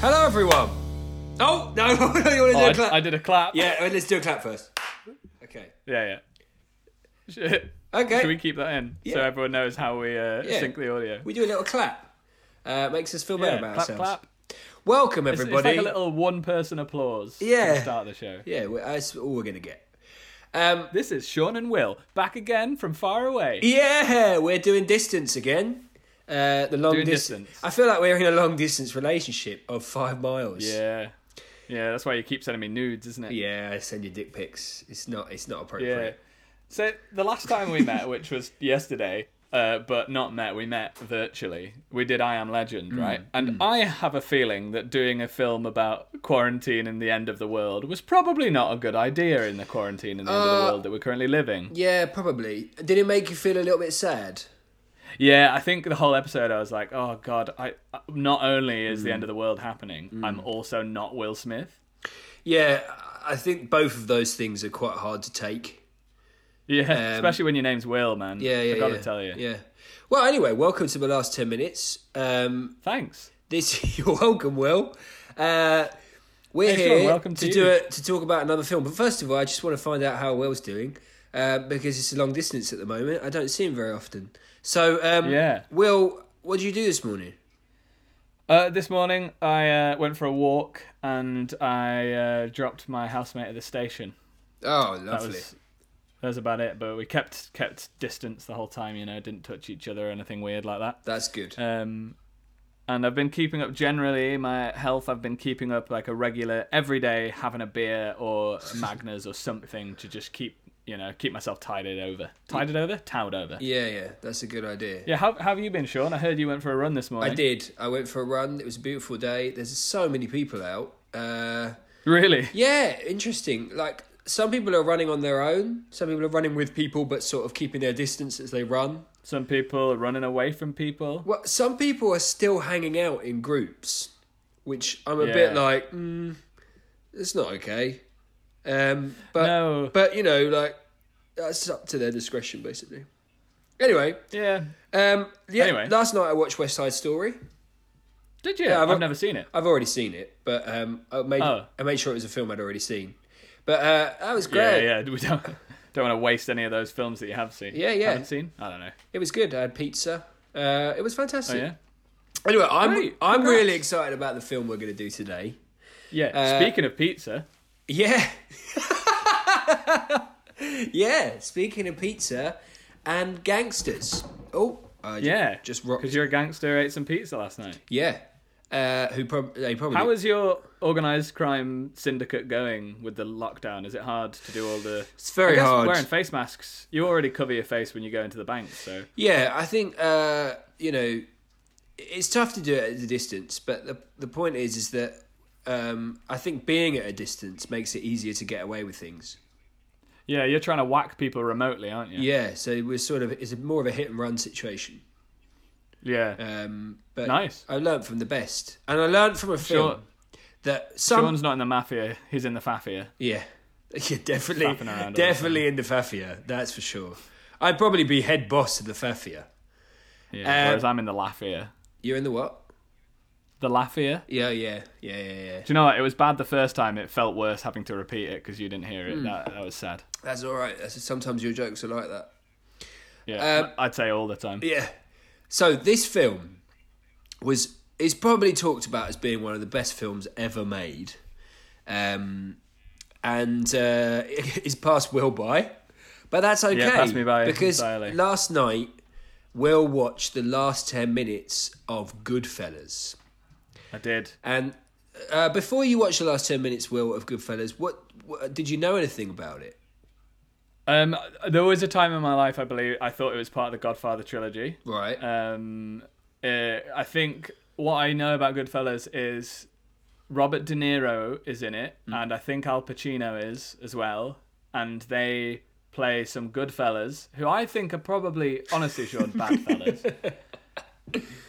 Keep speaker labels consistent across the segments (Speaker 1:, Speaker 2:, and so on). Speaker 1: Hello, everyone. Oh no, no, you want to do
Speaker 2: Oh,
Speaker 1: a clap?
Speaker 2: I, I did a clap.
Speaker 1: Yeah, well, let's do a clap first. Okay.
Speaker 2: yeah, yeah. Should,
Speaker 1: Okay.
Speaker 2: should we keep that in so
Speaker 1: Yeah.
Speaker 2: everyone knows how we uh,
Speaker 1: Yeah.
Speaker 2: sync the audio?
Speaker 1: We do a little clap. Uh, makes us feel better
Speaker 2: yeah,
Speaker 1: about
Speaker 2: clap,
Speaker 1: ourselves.
Speaker 2: clap.
Speaker 1: Welcome,
Speaker 2: It's, it's
Speaker 1: everybody.
Speaker 2: like a little one-person applause.
Speaker 1: Yeah.
Speaker 2: To start the show.
Speaker 1: Yeah, we- that's all we're gonna get. Um,
Speaker 2: This is Sean and Will back again from far away.
Speaker 1: E- yeah, we're doing distance again. Uh, the long
Speaker 2: Doing
Speaker 1: dis-
Speaker 2: distance.
Speaker 1: I feel like we're in a long distance relationship of five miles.
Speaker 2: Yeah, yeah. That's why you keep sending me nudes, isn't it?
Speaker 1: Yeah, I send you dick pics. It's not. It's not
Speaker 2: Yeah.
Speaker 1: appropriate.
Speaker 2: So the last time we met, which was yesterday, uh, but not met, we met virtually. We did I Am Legend,
Speaker 1: Hmm.
Speaker 2: right? And I have a feeling that doing a film about quarantine and the end of the world was probably not a good idea in the quarantine and the end of
Speaker 1: Uh.
Speaker 2: the world that we're currently living.
Speaker 1: Yeah. probably. Did it make you feel a little bit sad?
Speaker 2: Yeah, I think the whole episode I was like, oh god, I I- not only is
Speaker 1: Hmm.
Speaker 2: the end of the world happening, I'm also not Will Smith.
Speaker 1: Yeah, I think both of those things are quite hard to take.
Speaker 2: Yeah, especially when your name's Will, man.
Speaker 1: Um, Yeah, yeah,
Speaker 2: I gotta
Speaker 1: yeah.
Speaker 2: tell you.
Speaker 1: Yeah. Well, anyway, welcome to the last ten minutes. Um,
Speaker 2: Thanks.
Speaker 1: This you're welcome, Will. Uh, we're
Speaker 2: Hey,
Speaker 1: here
Speaker 2: Sean, welcome to
Speaker 1: do
Speaker 2: you.
Speaker 1: it to talk about another film. But first of all, I just want to find out how Will's doing uh, because it's a long distance at the moment. I don't see him very often. So, um,
Speaker 2: Yeah.
Speaker 1: Will, what did you do this morning?
Speaker 2: Uh, this morning, I uh, went for a walk and I uh, dropped my housemate at the station.
Speaker 1: Oh,
Speaker 2: That
Speaker 1: lovely.
Speaker 2: was that was about it. But we kept kept distance the whole time. You know, didn't touch each other or anything weird like that.
Speaker 1: That's good.
Speaker 2: Um, and I've been keeping up generally my health. I've been keeping up like a regular every day, having a beer or Magners or something to just keep you know keep myself tided over, tided over, towed over.
Speaker 1: yeah,
Speaker 2: Yeah.
Speaker 1: yeah, that's a good idea.
Speaker 2: how, how have you been, Sean? I heard you went for a run this morning.
Speaker 1: I did. I went for a run. It was a beautiful day. There's so many people out. Uh,
Speaker 2: Really?
Speaker 1: Yeah, interesting. Like some people are running on their own. Some people are running with people, but sort of keeping their distance as they run.
Speaker 2: Some people are running away from people.
Speaker 1: Well, some people are still hanging out in groups, which I'm a
Speaker 2: Yeah.
Speaker 1: bit like, mm, it's not okay. Um, but
Speaker 2: No.
Speaker 1: but you know, like that's up to their discretion, basically. Anyway,
Speaker 2: Yeah.
Speaker 1: um, yeah.
Speaker 2: Anyway.
Speaker 1: Last night I watched West Side Story.
Speaker 2: Did you?
Speaker 1: Yeah, I've-
Speaker 2: I've, never seen it.
Speaker 1: I've already seen it, but um, I made
Speaker 2: Oh.
Speaker 1: I made sure it was a film I'd already seen. But uh, that was great.
Speaker 2: Yeah, yeah. We don't don't want to waste any of those films that you have seen.
Speaker 1: Yeah, yeah.
Speaker 2: Haven't seen? I don't know.
Speaker 1: It was good. I had pizza. Uh, it was
Speaker 2: Oh
Speaker 1: fantastic.
Speaker 2: yeah.
Speaker 1: Anyway, I'm
Speaker 2: Great.
Speaker 1: I'm
Speaker 2: Congrats.
Speaker 1: really excited about the film we're going to do today.
Speaker 2: Yeah.
Speaker 1: Uh,
Speaker 2: Speaking of pizza,
Speaker 1: Yeah. yeah, speaking of pizza and gangsters. Oh, I ju-
Speaker 2: yeah.
Speaker 1: Just rocked.
Speaker 2: because you're a gangster, ate some pizza last night.
Speaker 1: Yeah. Uh, who prob- they probably
Speaker 2: How is your organised crime syndicate going with the lockdown? Is it hard to do all the?
Speaker 1: It's very
Speaker 2: I guess
Speaker 1: hard.
Speaker 2: Wearing face masks, you already cover your face when you go into the bank. So
Speaker 1: Yeah, I think uh, you know it's tough to do it at a distance, but the the point is is that um, I think being at a distance makes it easier to get away with things.
Speaker 2: yeah, you're trying to whack people remotely, aren't you?
Speaker 1: Yeah, so we're sort of it's a more of a hit and run situation.
Speaker 2: Yeah.
Speaker 1: Um, but
Speaker 2: Nice.
Speaker 1: I learned from the best, and I learned from a film
Speaker 2: Sure.
Speaker 1: that some
Speaker 2: Sean's not in the mafia. He's in the faffia.
Speaker 1: yeah, yeah, definitely,
Speaker 2: Faffing around all the
Speaker 1: definitely in the Fafia. That's for sure. I'd probably be head boss of the Fafia.
Speaker 2: Yeah.
Speaker 1: Uh,
Speaker 2: whereas I'm in the laffia.
Speaker 1: You're in the what?
Speaker 2: The laffia.
Speaker 1: Yeah, yeah, yeah, yeah, yeah.
Speaker 2: Do you know what? It was bad the first time. It felt worse having to repeat it because you didn't hear it. That, that was sad.
Speaker 1: That's all right. That's, sometimes your jokes are like that.
Speaker 2: Yeah,
Speaker 1: Um,
Speaker 2: I'd say all the time.
Speaker 1: Yeah. So this film was is probably talked about as being one of the best films ever made, um, and uh, it's passed Will by, but that's okay.
Speaker 2: passed me by
Speaker 1: because
Speaker 2: entirely.
Speaker 1: last night Will watched the last ten minutes of Goodfellas,
Speaker 2: I did.
Speaker 1: and uh, before you watch the last ten minutes, Will of Goodfellas, what, what did you know anything about it?
Speaker 2: Um, there was a time in my life, I believe, I thought it was part of the Godfather trilogy.
Speaker 1: Right.
Speaker 2: Um, uh, I think what I know about Goodfellas is Robert De Niro is in it, and I think Al Pacino is as well, and they play some good fellas who I think are probably, honestly, Sean, bad fellas.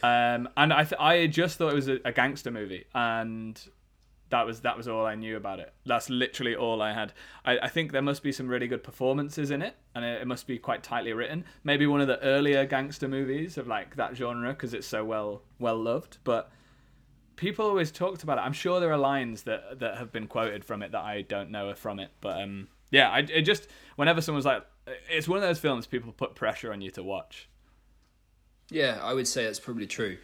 Speaker 2: Um, and I, th- I just thought it was a, a gangster movie, and that was that was all I knew about it. That's literally all I had. I, I think there must be some really good performances in it, and it, it must be quite tightly written. Maybe one of the earlier gangster movies of like that genre because it's so well well loved. But people always talked about it. I'm sure there are lines that that have been quoted from it that I don't know are from it, but um, yeah, I it just whenever someone's like, it's one of those films people put pressure on you to watch.
Speaker 1: Yeah, I would say that's probably true.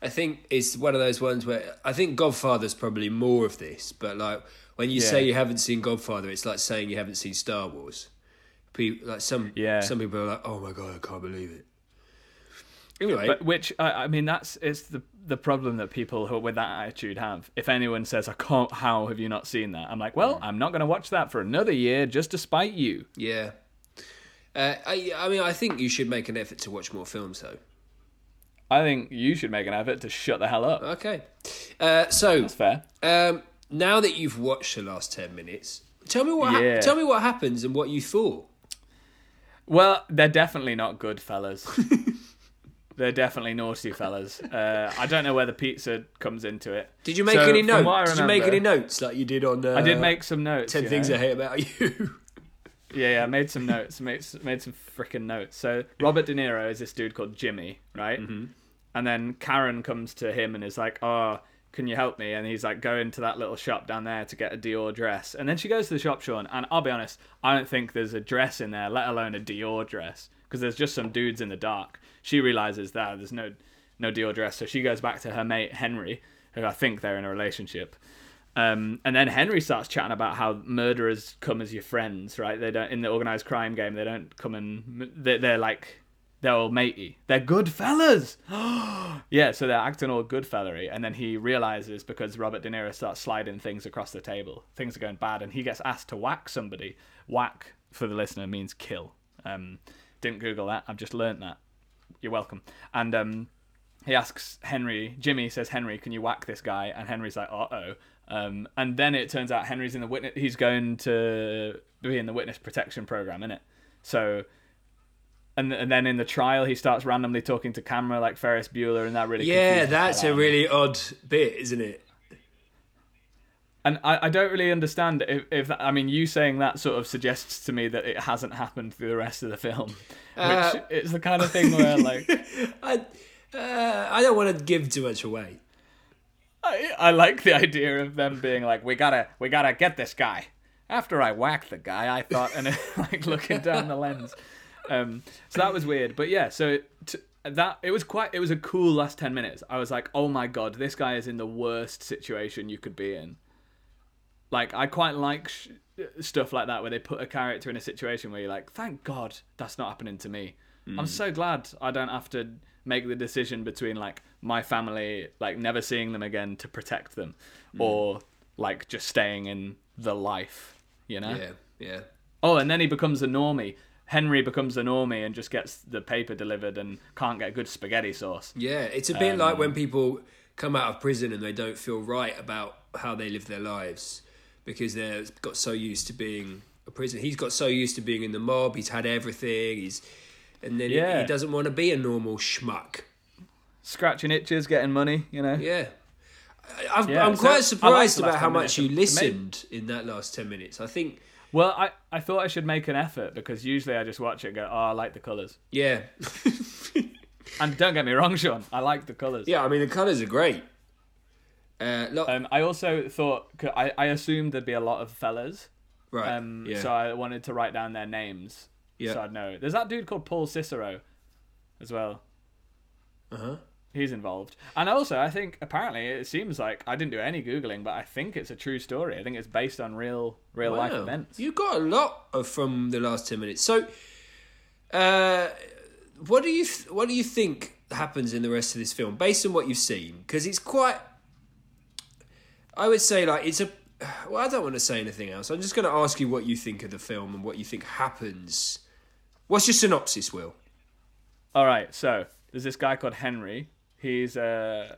Speaker 1: I think it's one of those ones where I think Godfather's probably more of this, but like when you
Speaker 2: Yeah.
Speaker 1: say you haven't seen Godfather, it's like saying you haven't seen Star Wars. People, like some
Speaker 2: Yeah.
Speaker 1: some people are like, "Oh my god, I can't believe it." Anyway,
Speaker 2: But which I, I mean, that's it's the the problem that people who with that attitude have. If anyone says, "I can't," how have you not seen that? I'm like, well, I'm not going to watch that for another year just to spite you.
Speaker 1: yeah. Uh, I I mean, I think you should make an effort to watch more films, though.
Speaker 2: I think you should make an effort to shut the hell up.
Speaker 1: Okay. Uh, so
Speaker 2: That's fair.
Speaker 1: um, now that you've watched the last ten minutes, tell me what hap-
Speaker 2: Yeah.
Speaker 1: tell me what happens and what you thought.
Speaker 2: Well, they're definitely not good fellas. they're definitely naughty fellas. Uh, I don't know whether pizza comes into it.
Speaker 1: Did you make
Speaker 2: So,
Speaker 1: any
Speaker 2: from
Speaker 1: notes?
Speaker 2: what I
Speaker 1: did you make
Speaker 2: remember-
Speaker 1: any notes like you did on? Uh,
Speaker 2: I did make some notes.
Speaker 1: ten
Speaker 2: you
Speaker 1: things
Speaker 2: know.
Speaker 1: I hate about you.
Speaker 2: Yeah, yeah, I made some notes. Made s- made some freaking notes. So Robert De Niro is this dude called Jimmy, right? Mm-hmm. And then Karen comes to him and is like, "Oh, can you help me?" And he's like, "Go into that little shop down there to get a Dior dress." And then she goes to the shop, Sean. And I'll be honest, I don't think there's a dress in there, let alone a Dior dress, because there's just some dudes in the dark. She realizes that there's no no Dior dress, so she goes back to her mate Henry, who I think they're in a relationship. Um, and then Henry starts chatting about how murderers come as your friends, right? They don't in the organized crime game. They don't come and they're, they're like they're all matey. They're good fellas. yeah, so they're acting all good fellery. And then he realizes because Robert De Niro starts sliding things across the table, things are going bad, and he gets asked to whack somebody. Whack for the listener means kill. Um, didn't Google that. I've just learnt that. You're welcome. And um, he asks Henry, Jimmy says, Henry, can you whack this guy? And Henry's like, uh oh. Um, and then it turns out Henry's in the witness, he's going to be in the witness protection program, innit? So, and, and then in the trial, he starts randomly talking to camera like Ferris Bueller, and that really
Speaker 1: yeah,
Speaker 2: confuses the
Speaker 1: that's
Speaker 2: hell out
Speaker 1: a
Speaker 2: of me.
Speaker 1: really odd bit, isn't it?
Speaker 2: And I, I don't really understand if, if that, I mean, you saying that sort of suggests to me that it hasn't happened through the rest of the film,
Speaker 1: Uh,
Speaker 2: which is the kind of thing where like
Speaker 1: I uh, I don't want to give too much away.
Speaker 2: I, I like the idea of them being like, we gotta, we gotta get this guy. After I whacked the guy, I thought, and like looking down the lens. Um, so that was weird, but yeah. So t- that it was quite, it was a cool last ten minutes. I was like, oh my god, this guy is in the worst situation you could be in. Like I quite like sh- stuff like that where they put a character in a situation where you're like, thank God that's not happening to me. I'm so glad I don't have to make the decision between like my family, like never seeing them again to protect them, or like just staying in the life, you know?
Speaker 1: Yeah, yeah.
Speaker 2: Oh, and then he becomes a normie. Henry becomes a normie and just gets the paper delivered and can't get good spaghetti sauce.
Speaker 1: Yeah, it's a bit like
Speaker 2: Um,
Speaker 1: when people come out of prison and they don't feel right about how they live their lives because they've got so used to being a prisoner. He's got so used to being in the mob. He's had everything. He's and then he- he,
Speaker 2: Yeah.
Speaker 1: doesn't want to be a normal schmuck.
Speaker 2: Scratching itches, getting money, you know?
Speaker 1: Yeah. I- I've,
Speaker 2: Yeah,
Speaker 1: I'm
Speaker 2: so
Speaker 1: quite
Speaker 2: that's- I liked
Speaker 1: surprised
Speaker 2: the
Speaker 1: about
Speaker 2: last
Speaker 1: how
Speaker 2: 10
Speaker 1: much
Speaker 2: minutes
Speaker 1: you
Speaker 2: of-
Speaker 1: listened in that last 10 minutes. I think,
Speaker 2: Well, I, I thought I should make an effort because usually I just watch it and go, oh, I like the colours.
Speaker 1: yeah.
Speaker 2: And don't get me wrong, Sean, I like the colours.
Speaker 1: Yeah, I mean the colours are great. Uh, lot,
Speaker 2: Um, I also thought, 'cause I, I assumed there'd be a lot of fellas.
Speaker 1: right?
Speaker 2: Um,
Speaker 1: yeah.
Speaker 2: So I wanted to write down their names.
Speaker 1: Yeah.
Speaker 2: So I'd know. There's that dude called Paul Cicero as well.
Speaker 1: Uh-huh.
Speaker 2: He's involved. And also, I think apparently it seems like I didn't do any Googling, but I think it's a true story. I think it's based on real real life
Speaker 1: Wow.
Speaker 2: events.
Speaker 1: You got a lot of, from the last ten minutes. So, uh, what do you th- what do you think happens in the rest of this film based on what you've seen? Because it's quite. I would say like it's a. Well, I don't want to say anything else. I'm just going to ask you what you think of the film and what you think happens. What's your synopsis, Will?
Speaker 2: All right, so there's this guy called Henry. He's uh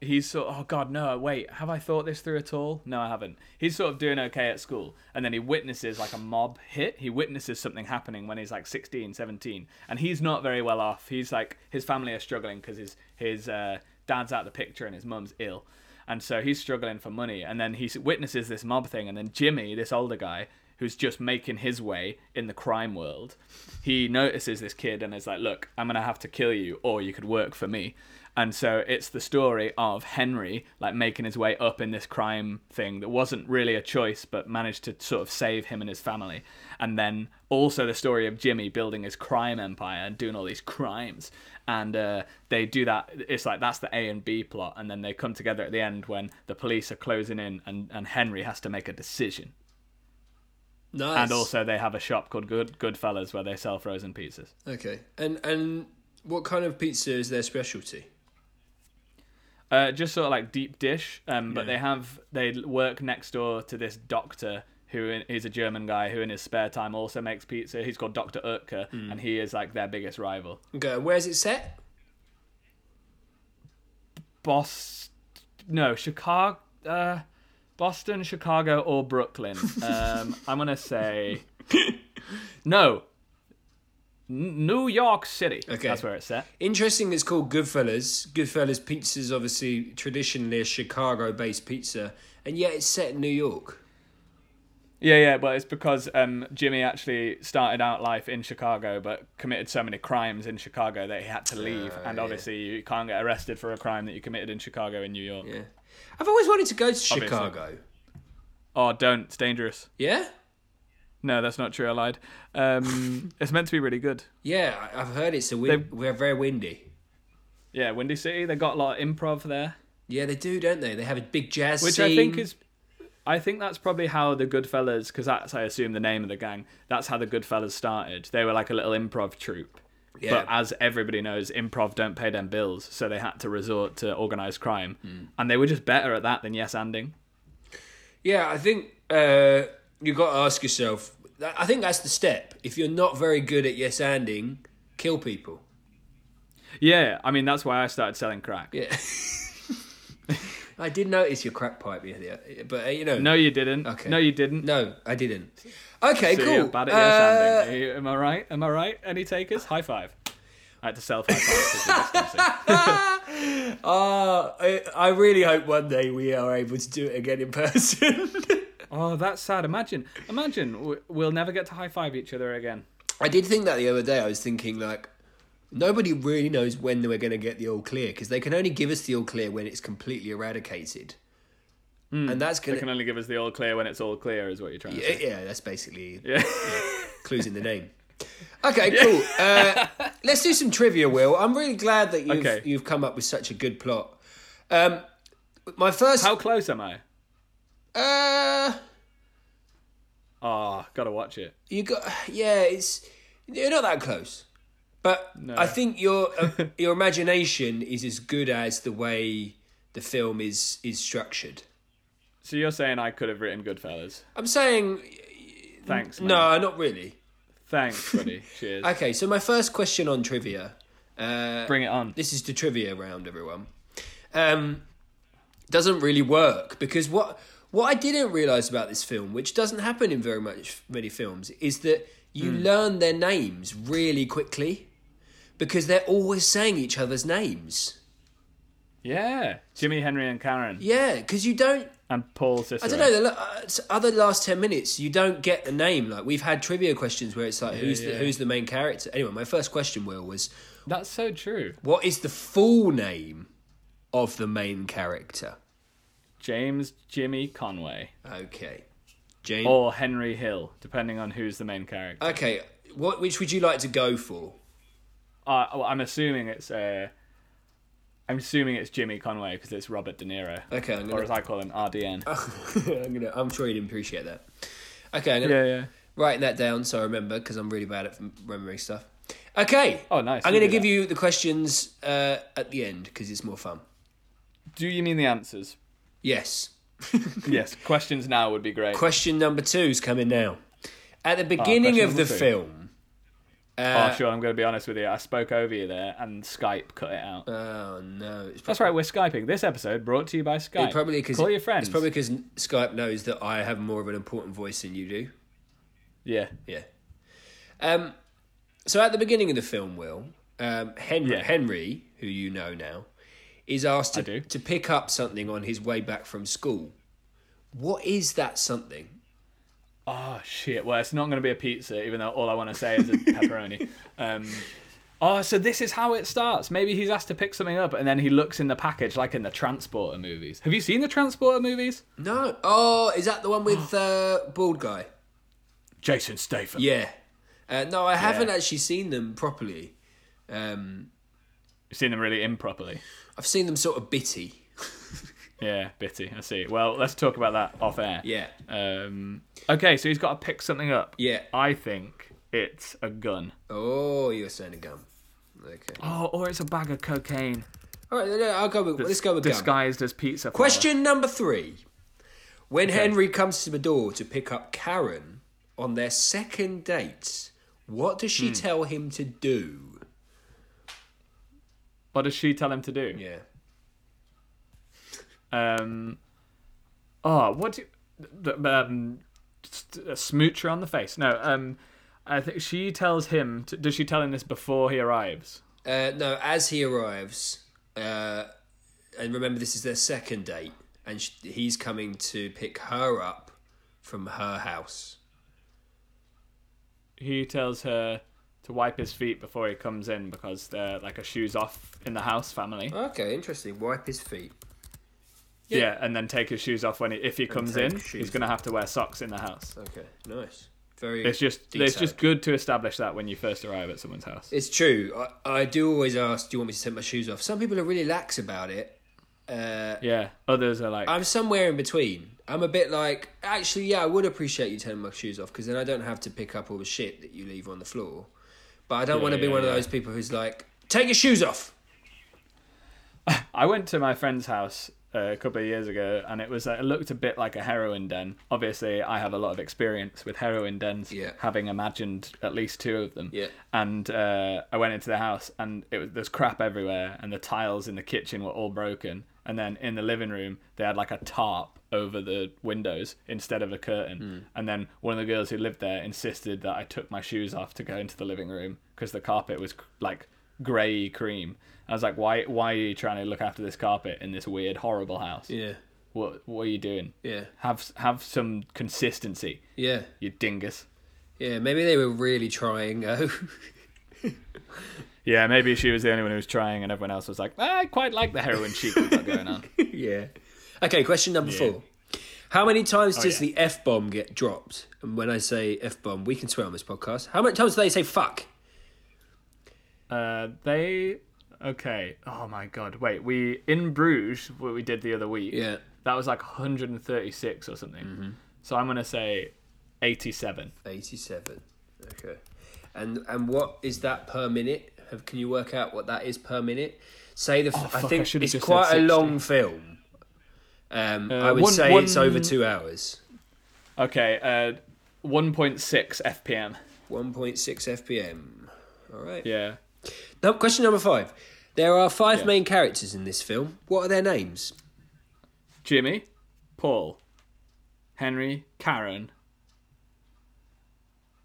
Speaker 2: he's sort oh god no wait have I thought this through at all? No, I haven't. He's sort of doing okay at school and then he witnesses like a mob hit. He witnesses something happening when he's like 16, 17 and he's not very well off. He's like his family are struggling cuz his his uh dad's out of the picture and his mum's ill. And so he's struggling for money and then he s- witnesses this mob thing and then Jimmy, this older guy, who who's just making his way in the crime world, he notices this kid and is like, "Look, I'm gonna have to kill you, or you could work for me." And so it's the story of Henry like making his way up in this crime thing that wasn't really a choice, but managed to sort of save him and his family. And then also the story of Jimmy building his crime empire and doing all these crimes. And uh, they do that. It's like that's the A and B plot, and then they come together at the end when the police are closing in, and, and Henry has to make a decision.
Speaker 1: Nice.
Speaker 2: And also they have a shop called Good Goodfellas where they sell frozen pizzas.
Speaker 1: Okay. And and what kind of pizza is their specialty?
Speaker 2: Uh, just sort of like deep dish. Um, but
Speaker 1: Yeah.
Speaker 2: they have they work next door to this doctor who in, he's a German guy who in his spare time also makes pizza. He's called Doctor Utker,
Speaker 1: Hmm.
Speaker 2: and he is like their biggest rival.
Speaker 1: Okay. Where's it set?
Speaker 2: Bos, no Chicago, uh, Boston, Chicago, or Brooklyn. Um, I'm gonna say no. N- New York City.
Speaker 1: Okay.
Speaker 2: That's where it's set.
Speaker 1: Interesting. It's called Goodfellas. Goodfellas pizza is obviously traditionally a Chicago-based pizza, and yet it's set in New York.
Speaker 2: Yeah, yeah, but it's because um, Jimmy actually started out life in Chicago, but committed so many crimes in Chicago that he had to leave.
Speaker 1: Ah,
Speaker 2: and
Speaker 1: yeah.
Speaker 2: obviously, you can't get arrested for a crime that you committed in Chicago in New York.
Speaker 1: Yeah. I've always wanted to go to
Speaker 2: Obviously.
Speaker 1: Chicago.
Speaker 2: Oh, don't! It's dangerous.
Speaker 1: Yeah.
Speaker 2: No, that's not true. I lied. Um, it's meant to be really good.
Speaker 1: Yeah. I- I've heard it's a win-
Speaker 2: They-
Speaker 1: we're very windy.
Speaker 2: Yeah, Windy City. They got a lot of improv there,
Speaker 1: Yeah, they do, don't they? They have a big jazz
Speaker 2: which
Speaker 1: scene.
Speaker 2: I think is. I think that's probably how the Goodfellas, because that's I assume the name of the gang. That's how the Goodfellas started. They were like a little improv troupe.
Speaker 1: Yeah.
Speaker 2: But as everybody knows, improv don't pay them bills, so they had to resort to organized crime,
Speaker 1: Hmm.
Speaker 2: and they were just better at that than yes anding.
Speaker 1: Yeah, I think uh, you got to ask yourself. I think that's the step. If you're not very good at yes anding, kill people.
Speaker 2: Yeah, I mean that's why I started selling crack.
Speaker 1: Yeah. I did notice your crack pipe the other, but uh, you know,
Speaker 2: No, you didn't.
Speaker 1: Okay.
Speaker 2: No, you didn't.
Speaker 1: no, I didn't. Okay,
Speaker 2: So
Speaker 1: cool. Uh,
Speaker 2: you're bad at yes anding. Am I right? Am I right? Any takers? High five. I had to self high five. 'cause of distancing.
Speaker 1: Uh, ah, I, I really hope one day we are able to do it again in person.
Speaker 2: oh, that's sad. Imagine, imagine w- we'll never get to high five each other again.
Speaker 1: I did think that the other day. I was thinking like. Nobody really knows when we're going to get the all clear because they can only give us the all clear when it's completely eradicated, and that's
Speaker 2: Hmm. They
Speaker 1: going to
Speaker 2: can only give us the all clear when it's all clear, is what you're trying to
Speaker 1: Yeah,
Speaker 2: say.
Speaker 1: yeah, that's basically
Speaker 2: Yeah.
Speaker 1: clues in the name. Okay, cool. Uh, let's do some trivia, Will. I'm really glad that you've
Speaker 2: Okay.
Speaker 1: you've come up with such a good plot. Um, my first,
Speaker 2: How close am I?
Speaker 1: uh,
Speaker 2: Oh, gotta watch it.
Speaker 1: you got yeah, it's you're not that close, but I think your uh, your imagination is as good as the way the film is is structured.
Speaker 2: So you're saying I could have written Goodfellas?
Speaker 1: I'm saying
Speaker 2: Thanks. man.
Speaker 1: no, not really.
Speaker 2: Thanks, buddy. Cheers.
Speaker 1: Okay, so my first question on trivia. Uh,
Speaker 2: Bring it on.
Speaker 1: this is the trivia round, everyone. Um, doesn't really work because what what I didn't realize about this film, which doesn't happen in very much many films, is that you
Speaker 2: Hmm.
Speaker 1: learn their names really quickly because they're always saying each other's names.
Speaker 2: Yeah. Jimmy, Henry, and Karen.
Speaker 1: Yeah, because you don't.
Speaker 2: And Paul Cicero.
Speaker 1: I don't know. The la- uh, other last ten minutes, you don't get the name. Like we've had trivia questions where it's like, who's the
Speaker 2: yeah.
Speaker 1: who's the main character? Anyway, my first question, Will, was
Speaker 2: That's so true.
Speaker 1: what is the full name of the main character?
Speaker 2: James Jimmy Conway.
Speaker 1: Okay. James.
Speaker 2: Or Henry Hill, depending on who's the main character.
Speaker 1: Okay. What? Which would you like to go for?
Speaker 2: Uh, well, I'm assuming it's Uh, I'm assuming it's Jimmy Conway because it's Robert De Niro.
Speaker 1: Okay. Uh, I'm
Speaker 2: Or as
Speaker 1: gonna.
Speaker 2: I call him, RDN.
Speaker 1: I'm, gonna I'm sure you didn't appreciate that. Okay. I'm gonna
Speaker 2: yeah, yeah.
Speaker 1: writing that down so I remember because I'm really bad at m- remembering stuff. Okay.
Speaker 2: Oh, nice.
Speaker 1: I'm gonna
Speaker 2: do
Speaker 1: give
Speaker 2: that.
Speaker 1: you the questions uh, at the end because it's more fun.
Speaker 2: Do you mean the answers?
Speaker 1: Yes.
Speaker 2: yes. Questions now would be great.
Speaker 1: Question number two's coming now. At the beginning
Speaker 2: Ah, question
Speaker 1: of the
Speaker 2: number two.
Speaker 1: film.
Speaker 2: oh,
Speaker 1: Uh,
Speaker 2: sure. I'm going to be honest with you. I spoke over you there, and Skype cut it out.
Speaker 1: oh no! It's
Speaker 2: That's right, we're Skyping. This episode brought to you by Skype.
Speaker 1: probably because
Speaker 2: Call your friends.
Speaker 1: It's probably because Skype knows that I have more of an important voice than you do.
Speaker 2: Yeah.
Speaker 1: Yeah. Um, so at the beginning of the film, Will um, Henry,
Speaker 2: Yeah.
Speaker 1: Henry, who you know now, is asked
Speaker 2: I do.
Speaker 1: to, to pick up something on his way back from school. What is that something?
Speaker 2: Oh shit! Well, it's not going to be a pizza, even though all I want to say is a pepperoni. Um, oh, so this is how it starts. Maybe he's asked to pick something up, and then he looks in the package, like in the transporter movies. Have you seen the transporter movies?
Speaker 1: No. Oh, is that the one with uh, bald guy?
Speaker 2: Jason Statham.
Speaker 1: Yeah. Uh, no, I haven't actually seen them properly. Um,
Speaker 2: You've seen them really improperly.
Speaker 1: I've seen them sort of bitty.
Speaker 2: Yeah, bitty. I see. Well, let's talk about that off air.
Speaker 1: Yeah.
Speaker 2: Um, okay, so he's got to pick something up.
Speaker 1: Yeah.
Speaker 2: I think it's a gun.
Speaker 1: Oh, you're saying a gun. Okay.
Speaker 2: Oh, or it's a bag of cocaine.
Speaker 1: All right, no, no, I'll go with. let's go with gun.
Speaker 2: disguised as pizza. flour.
Speaker 1: Question number three. When Henry comes to the door to pick up Karen on their second date, what does she tell him to do?
Speaker 2: What does she tell him to do?
Speaker 1: Yeah.
Speaker 2: Um, oh, what do you, um, st- a smoocher on the face? No, um, I think she tells him. To, does she tell him this before he arrives?
Speaker 1: Uh, no, as he arrives, uh, and remember this is their second date, and sh he's coming to pick her up from her house.
Speaker 2: He tells her to wipe his feet before he comes in because they're like a shoes off in the house family.
Speaker 1: Okay, interesting. Wipe his feet.
Speaker 2: Yeah, and then take his shoes off when he, if he comes
Speaker 1: take
Speaker 2: in,
Speaker 1: his shoes
Speaker 2: he's gonna have to wear socks in the house.
Speaker 1: Okay, nice. Very.
Speaker 2: It's just it's
Speaker 1: detailed.
Speaker 2: just good to establish that when you first arrive at someone's house.
Speaker 1: It's true. I, I do always ask, do you want me to take my shoes off? Some people are really lax about it. Uh,
Speaker 2: Yeah, others are like,
Speaker 1: I'm somewhere in between. I'm a bit like, actually, yeah, I would appreciate you taking my shoes off because then I don't have to pick up all the shit that you leave on the floor. But I don't want to be
Speaker 2: yeah,
Speaker 1: one
Speaker 2: yeah.
Speaker 1: of those people who's like, take your shoes off.
Speaker 2: I went to my friend's house uh, a couple of years ago, and it was uh, it looked a bit like a heroin den. Obviously, I have a lot of experience with heroin dens,
Speaker 1: Yeah.
Speaker 2: having imagined at least two of them.
Speaker 1: Yeah.
Speaker 2: And uh, I went into the house, and it was there's crap everywhere, and the tiles in the kitchen were all broken. And then in the living room, they had like a tarp over the windows instead of a curtain.
Speaker 1: Hmm.
Speaker 2: And then one of the girls who lived there insisted that I took my shoes off to go into the living room because the carpet was like grey cream. I was like, why? Why are you trying to look after this carpet in this weird, horrible house?
Speaker 1: Yeah,
Speaker 2: What What are you doing?
Speaker 1: yeah,
Speaker 2: Have Have some consistency,
Speaker 1: yeah,
Speaker 2: you dingus.
Speaker 1: yeah. Maybe they were really trying. though.
Speaker 2: Yeah, maybe she was the only one who was trying, and everyone else was like, "Ah, I quite like the heroin chic we've got going on.
Speaker 1: yeah. Okay, question number four. How many times does
Speaker 2: yeah.
Speaker 1: the F bomb get dropped? And when I say F bomb, we can swear on this podcast. How many times do they say fuck?
Speaker 2: Uh, they okay. Oh my god! Wait, we in Bruges, what we did the other week.
Speaker 1: Yeah.
Speaker 2: that was like 136 or something. So I'm gonna say 87.
Speaker 1: 87 okay and and what is that per minute Have, can you work out what that is per minute say the f I
Speaker 2: Oh, fuck, I
Speaker 1: think
Speaker 2: should
Speaker 1: it's
Speaker 2: have just
Speaker 1: quite
Speaker 2: said Uh,
Speaker 1: a long film um, I would
Speaker 2: one-
Speaker 1: say it's
Speaker 2: one-
Speaker 1: over two hours
Speaker 2: Okay, uh, 1.6 FPM.
Speaker 1: 1.6 fpm all right
Speaker 2: Yeah.
Speaker 1: Now, question number five there are five
Speaker 2: Yeah.
Speaker 1: main characters in this film what are their names
Speaker 2: Jimmy, Paul, Henry, Karen,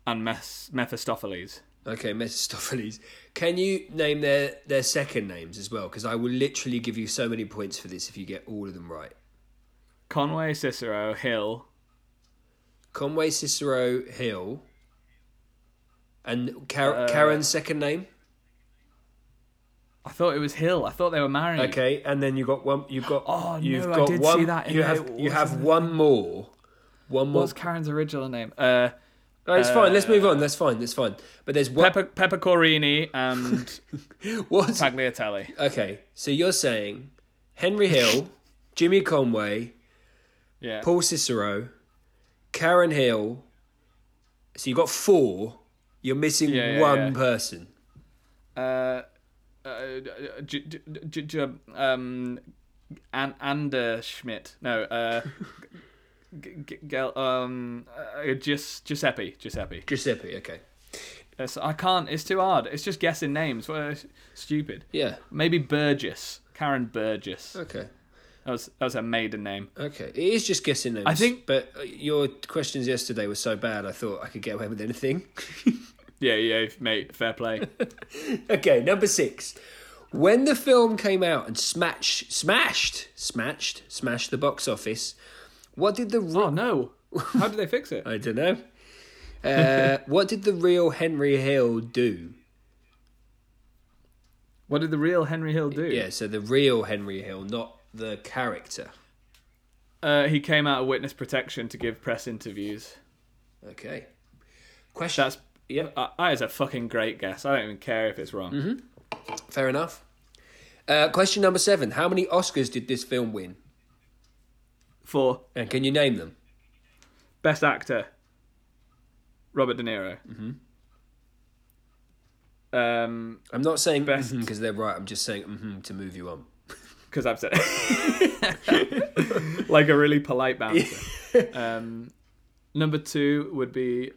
Speaker 2: and Mes- Mephistopheles.
Speaker 1: okay Mephistopheles can you name their their second names as well because I will literally give you so many points for this if you get all of them right
Speaker 2: Conway, Cicero, Hill.
Speaker 1: Conway Cicero Hill. And Car- Karen's second name.
Speaker 2: I thought it was Hill. I thought they were married.
Speaker 1: Okay, and then you got one. You've got.
Speaker 2: Oh,
Speaker 1: you've
Speaker 2: no, I
Speaker 1: got
Speaker 2: did
Speaker 1: one,
Speaker 2: see that in
Speaker 1: You
Speaker 2: there.
Speaker 1: have.
Speaker 2: What
Speaker 1: You
Speaker 2: was
Speaker 1: have one more. One more.
Speaker 2: What's Karen's original name? Uh,
Speaker 1: No, it's fine. Let's move on. That's fine. That's fine. But there's one.
Speaker 2: Pepper, Peppercorini and
Speaker 1: What?
Speaker 2: Tagliatelle.
Speaker 1: Okay, so you're saying Henry Hill, Jimmy Conway,
Speaker 2: Yeah.
Speaker 1: Paul Cicero, Karen Hill. So you got four. You're missing
Speaker 2: Yeah, yeah,
Speaker 1: one
Speaker 2: yeah.
Speaker 1: person.
Speaker 2: Uh, uh, j- j- j- j- um, An- Ander Schmidt. No, uh, g- g- Gel- um, uh, Gis- Giuseppe. Giuseppe.
Speaker 1: Giuseppe. Okay.
Speaker 2: It's, I can't. It's too hard. It's just guessing names. What a- stupid.
Speaker 1: Yeah.
Speaker 2: Maybe Burgess. Karen Burgess.
Speaker 1: Okay.
Speaker 2: That was that was her maiden name.
Speaker 1: Okay, it is just guessing names. I
Speaker 2: think-
Speaker 1: but uh, your questions yesterday were so bad, I thought I could get away with anything.
Speaker 2: Yeah, yeah, mate. Fair play.
Speaker 1: okay, number six. When the film came out and smashed, smashed, smashed, smashed the box office, what did the
Speaker 2: oh no.
Speaker 3: How did they fix it?
Speaker 1: I don't know. Uh, what did the real Henry Hill do?
Speaker 2: What did the real Henry Hill do?
Speaker 1: Yeah, so the real Henry Hill, not the character.
Speaker 2: Uh, he came out of witness protection to give press interviews.
Speaker 1: Okay. Question.
Speaker 2: That's yeah. Uh, that is a fucking great guess. I don't even care if it's wrong.
Speaker 1: Mm-hmm. Fair enough. Uh, question number seven. How many Oscars did this film win?
Speaker 2: For
Speaker 1: And can you name them?
Speaker 2: best actor, Robert De Niro. Mm-hmm. Um,
Speaker 1: I'm not saying because
Speaker 2: Best.
Speaker 1: they're right. I'm just saying mhm to move you on.
Speaker 2: because I've said like a really polite bouncer. um, number two would be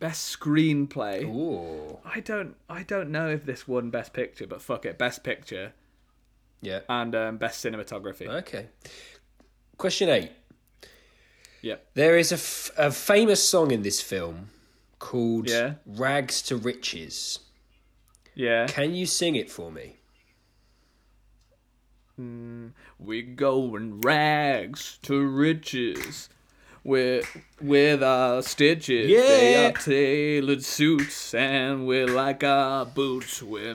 Speaker 2: best screenplay.
Speaker 1: Ooh.
Speaker 2: I don't I don't know if this won best picture, but fuck it, best picture
Speaker 1: Yeah.
Speaker 2: and um, best cinematography.
Speaker 1: Okay. Question eight.
Speaker 2: Yep.
Speaker 1: There is a, f- a famous song in this film called
Speaker 2: Yeah.
Speaker 1: Rags to Riches.
Speaker 2: Yeah.
Speaker 1: Can you sing it for me?
Speaker 2: We going rags to riches. With with our stitches, they
Speaker 1: Yeah.
Speaker 2: are tailored suits, and we like our boots. We're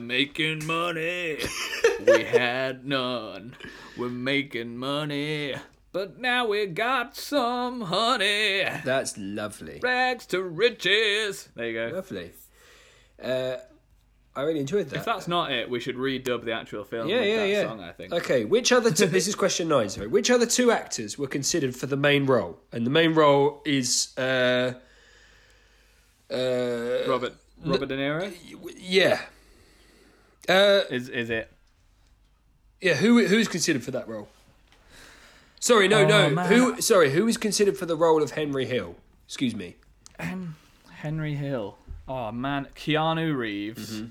Speaker 2: making money. we had none. We're making money, but now we got some honey.
Speaker 1: That's lovely.
Speaker 2: Rags to riches. There you go.
Speaker 1: Lovely. Uh, I really enjoyed that.
Speaker 2: If that's not it, we should redub the actual film.
Speaker 1: yeah,
Speaker 2: with
Speaker 1: yeah,
Speaker 2: that
Speaker 1: yeah.
Speaker 2: Song, I think.
Speaker 1: Okay, which other two, this is question nine. Sorry, which other two actors were considered for the main role? And the main role is, uh, uh,
Speaker 2: Robert Robert De Niro
Speaker 1: yeah, uh,
Speaker 2: is is it?
Speaker 1: yeah. Who who's considered for that role? Sorry, no,
Speaker 2: Oh,
Speaker 1: no.
Speaker 2: man.
Speaker 1: Who? Sorry, who is considered for the role of Henry Hill? Excuse me.
Speaker 2: Hen- Henry Hill. Oh man, Keanu Reeves.
Speaker 1: Mm-hmm.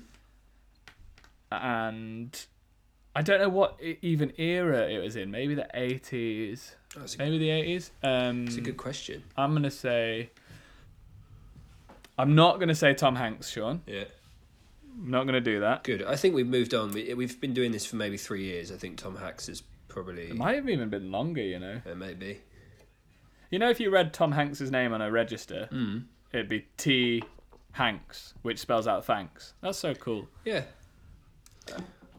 Speaker 2: And I don't know what e- even era it was in. Maybe the eighties.
Speaker 1: That's a-
Speaker 2: Maybe the eighties. Um,
Speaker 1: It's a good question.
Speaker 2: I'm gonna say. I'm not gonna say Tom Hanks, Sean.
Speaker 1: Yeah,
Speaker 2: I'm not gonna do that.
Speaker 1: good. I think we've moved on. We, we've been doing this for maybe three years. I think Tom Hanks is probably
Speaker 2: It might have even been longer, you know.
Speaker 1: uh, maybe.
Speaker 2: You know, if you read Tom Hanks's name on a register,
Speaker 1: Mm.
Speaker 2: it'd be T. Hanks, which spells out thanks. That's so cool.
Speaker 1: Yeah,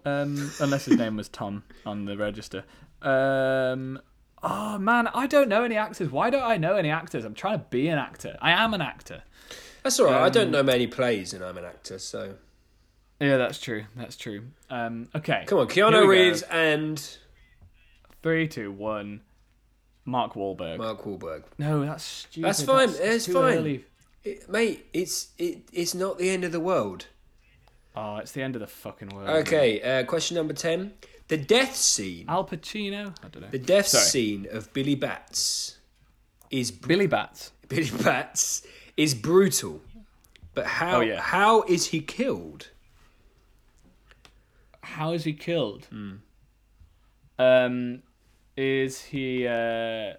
Speaker 2: Um, unless his name was Tom on the register. Um, oh man, I don't know any actors. Why don't I know any actors? I'm trying to be an actor. I am an actor.
Speaker 1: that's all right. I
Speaker 2: Um,
Speaker 1: don't know many plays, and I'm an actor, so.
Speaker 2: Yeah, that's true. That's true. Um, okay.
Speaker 1: Come on,
Speaker 2: Here
Speaker 1: Keanu
Speaker 2: we go.
Speaker 1: Reeves and
Speaker 2: Three, two, one. Mark Wahlberg.
Speaker 1: Mark Wahlberg.
Speaker 2: no, that's stupid.
Speaker 1: That's fine. It's
Speaker 2: too
Speaker 1: fine.
Speaker 2: early.
Speaker 1: It, mate, it's it, it's not the end of the world.
Speaker 2: Oh, it's the end of the fucking world.
Speaker 1: Okay, uh, question number ten: the death scene.
Speaker 2: Al Pacino. I don't know.
Speaker 1: The death
Speaker 2: Sorry.
Speaker 1: scene of Billy Bats is
Speaker 2: Billy Bats.
Speaker 1: Billy Bats is brutal, but how
Speaker 2: Oh, yeah.
Speaker 1: how is he killed?
Speaker 2: How is he killed? Um, is he uh,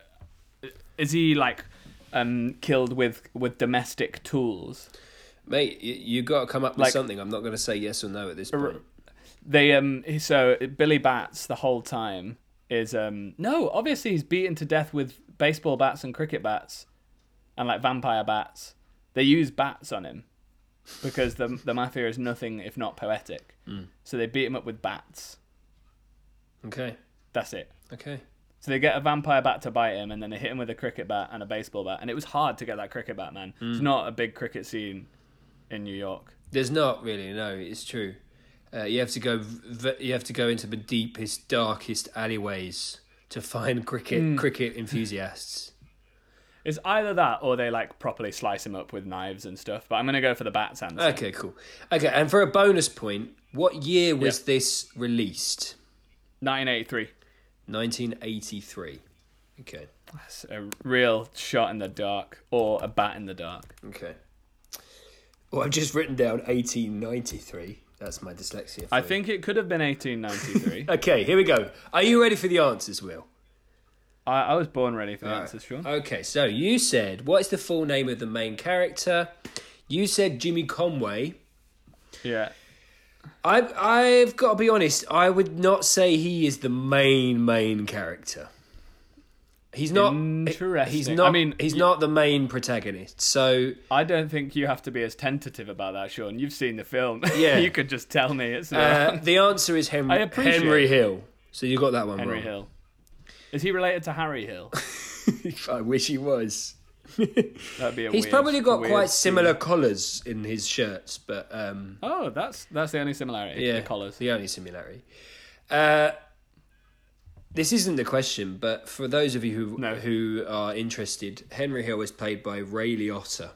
Speaker 2: is he like um killed with with domestic tools?
Speaker 1: Mate, you, you got to come up with
Speaker 2: Like-
Speaker 1: something. I'm not going to say yes or no at this point.
Speaker 2: They um so Billy Bats the whole time is um no obviously he's beaten to death with baseball bats and cricket bats and like vampire bats. They use bats on him because the the mafia is nothing if not poetic. So they beat him up with bats.
Speaker 1: Okay,
Speaker 2: That's it.
Speaker 1: okay.
Speaker 2: So they get a vampire bat to bite him, and then they hit him with a cricket bat and a baseball bat. And it was hard to get that cricket bat, man.
Speaker 1: Mm.
Speaker 2: It's not a big cricket scene in New York.
Speaker 1: There's not really no. It's true. Uh, you have to go. v- You have to go into the deepest, darkest alleyways to find cricket cricket enthusiasts.
Speaker 2: It's either that or they like properly slice him up with knives and stuff. But I'm gonna go for the bats answer.
Speaker 1: Okay, cool. Okay, and for a bonus point, what year was this released?
Speaker 2: 1983.
Speaker 1: 1983. Okay.
Speaker 2: That's a real shot in the dark or a bat in the dark.
Speaker 1: Okay. Well, I've just written down 1893. That's my dyslexia.
Speaker 2: I
Speaker 1: for you.
Speaker 2: think it could have been 1893.
Speaker 1: Okay, here we go. Are you ready for the answers, Will?
Speaker 2: I, I was born ready for the answers, Sean.
Speaker 1: Okay, so you said what is the full name of the main character? You said Jimmy Conway.
Speaker 2: Yeah.
Speaker 1: I've I've got to be honest. I would not say he is the main main character. He's not. He's
Speaker 2: Interesting.
Speaker 1: not.
Speaker 2: I mean,
Speaker 1: he's
Speaker 2: you-
Speaker 1: not the main protagonist. So
Speaker 2: I don't think you have to be as tentative about that, Sean. You've seen the film.
Speaker 1: Yeah.
Speaker 2: you could just tell me it's
Speaker 1: uh, the answer is
Speaker 2: I
Speaker 1: Henry,
Speaker 2: appreciate
Speaker 1: Henry Hill. So you got that one
Speaker 2: Henry
Speaker 1: wrong.
Speaker 2: Hill. Is he related to Harry Hill?
Speaker 1: I wish he was.
Speaker 2: That'd be a
Speaker 1: He's
Speaker 2: weird-
Speaker 1: probably got
Speaker 2: weird
Speaker 1: quite
Speaker 2: scene.
Speaker 1: similar collars in his shirts, but um,
Speaker 2: Oh, that's that's the only similarity.
Speaker 1: yeah,
Speaker 2: The collars.
Speaker 1: The only similarity. Uh, this isn't the question, but for those of you who
Speaker 2: No.
Speaker 1: who are interested, Henry Hill is played by Ray Liotta.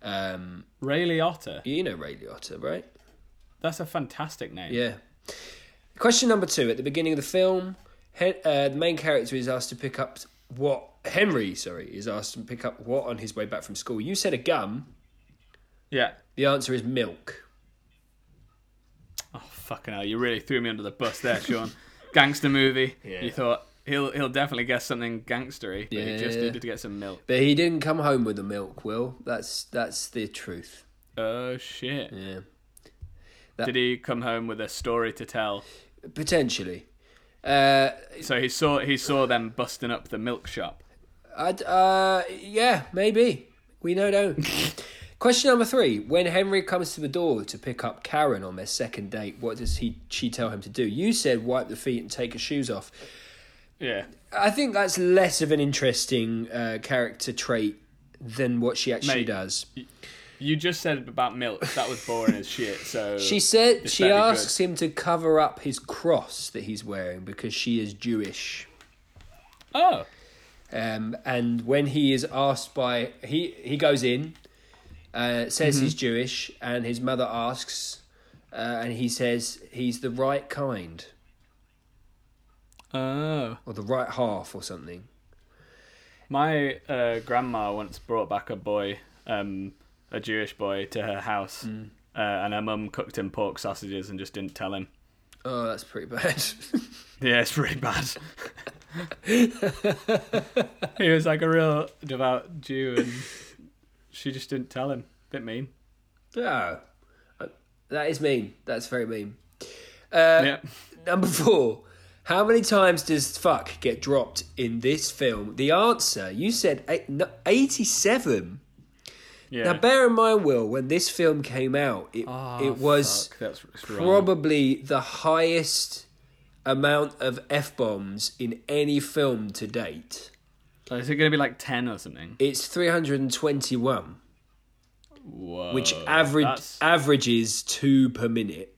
Speaker 1: Um,
Speaker 2: Ray Liotta.
Speaker 1: you know Ray Liotta, right?
Speaker 2: That's a fantastic name.
Speaker 1: Yeah. Question number two. At the beginning of the film, he, uh, the main character is asked to pick up what Henry, sorry, is asked to pick up what on his way back from school. You said a gum.
Speaker 2: Yeah.
Speaker 1: The answer is milk.
Speaker 2: Oh fucking hell! You really threw me under the bus there, Sean. Gangster movie.
Speaker 1: Yeah.
Speaker 2: You thought he'll he'll definitely guess something gangstery, but
Speaker 1: Yeah.
Speaker 2: he just needed to get some milk.
Speaker 1: But he didn't come home with the milk. Will that's that's the truth.
Speaker 2: Oh shit!
Speaker 1: Yeah.
Speaker 2: Did he come home with a story to tell?
Speaker 1: Potentially. Uh,
Speaker 2: So he saw he saw them busting up the milk shop.
Speaker 1: I'd, uh, yeah, maybe. We don't know. Question number three. When Henry comes to the door to pick up Karen on their second date, what does he she tell him to do? You said wipe the feet and take his shoes off.
Speaker 2: Yeah.
Speaker 1: I think that's less of an interesting uh, character trait than what she actually
Speaker 2: Mate.
Speaker 1: does.
Speaker 2: You just said about milk. That was boring as shit. So
Speaker 1: She said
Speaker 2: It's
Speaker 1: she
Speaker 2: very good.
Speaker 1: asks him to cover up his cross that he's wearing because she is Jewish.
Speaker 2: Oh.
Speaker 1: Um, and when he is asked by he he goes in, uh, says he's
Speaker 2: Mm-hmm.
Speaker 1: Jewish, and his mother asks, uh, and he says he's the right kind
Speaker 2: Oh.
Speaker 1: or the right half or something.
Speaker 2: My uh, grandma once brought back a boy, um, a Jewish boy, to her house, uh, and her mum cooked him pork sausages and just didn't tell him.
Speaker 1: Oh, that's pretty bad.
Speaker 2: Yeah, it's really bad. he was like a real devout Jew, and she just didn't tell him. Bit mean.
Speaker 1: oh, that is mean. That's very mean. Uh,
Speaker 2: Yeah.
Speaker 1: Number four. How many times does fuck get dropped in this film? The answer you said eight, no, eighty-seven.
Speaker 2: Yeah.
Speaker 1: Now, bear in mind, Will, when this film came out, it
Speaker 2: Ah,
Speaker 1: it was
Speaker 2: fuck, that's it's wrong.
Speaker 1: probably the highest amount of f bombs in any film to date.
Speaker 2: Is it going to be like ten or something?
Speaker 1: It's three hundred and twenty-one,
Speaker 2: Whoa.
Speaker 1: which average
Speaker 2: Oh, that's-
Speaker 1: averages two per minute.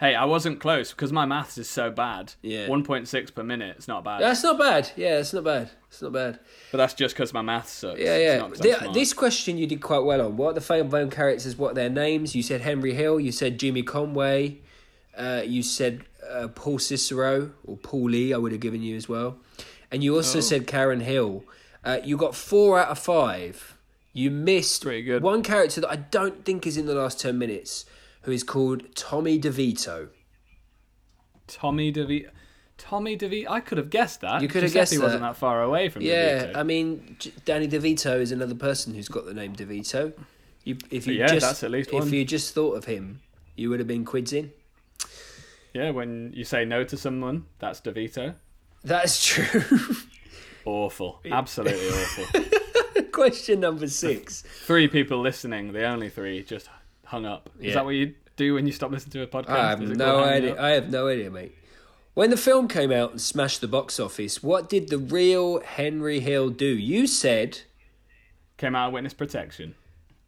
Speaker 2: Hey, I wasn't close because my maths is so bad.
Speaker 1: Yeah.
Speaker 2: One point six per minute. It's not bad.
Speaker 1: That's not bad. Yeah, it's not bad. It's not bad.
Speaker 2: But that's just because my maths sucks.
Speaker 1: Yeah,
Speaker 2: It's
Speaker 1: yeah.
Speaker 2: not 'cause I'm
Speaker 1: Th-
Speaker 2: smart.
Speaker 1: this question you did quite well on. What are the film film characters? What are their names? You said Henry Hill. You said Jimmy Conway. Uh, you said uh, Paul Cicero or Paul Lee. I would have given you as well. And you
Speaker 2: Oh.
Speaker 1: also said Karen Hill. Uh, you got four out of five. You missed
Speaker 2: Pretty good.
Speaker 1: one character that I don't think is in the last ten minutes, who is called Tommy DeVito.
Speaker 2: Tommy DeVito. Tommy DeVito. I could have guessed that.
Speaker 1: You could have
Speaker 2: Giuseppe
Speaker 1: guessed that.
Speaker 2: wasn't that far away from
Speaker 1: Yeah,
Speaker 2: DeVito.
Speaker 1: I mean J- Danny DeVito is another person who's got the name DeVito. You, if you
Speaker 2: Yeah,
Speaker 1: just
Speaker 2: that's at least
Speaker 1: if
Speaker 2: one.
Speaker 1: you just thought of him, you would have been quids in.
Speaker 2: yeah, when you say no to someone, that's DeVito.
Speaker 1: That's true.
Speaker 2: Awful. Absolutely awful.
Speaker 1: Question number six.
Speaker 2: Three people listening, the only three, just hung up.
Speaker 1: Yeah.
Speaker 2: Is that what you do when you stop listening to a podcast?
Speaker 1: I have
Speaker 2: Is it
Speaker 1: no
Speaker 2: called hanging
Speaker 1: idea.
Speaker 2: up?
Speaker 1: I have no idea, mate. When the film came out and smashed the box office, what did the real Henry Hill do? You said,
Speaker 2: Came out of witness protection.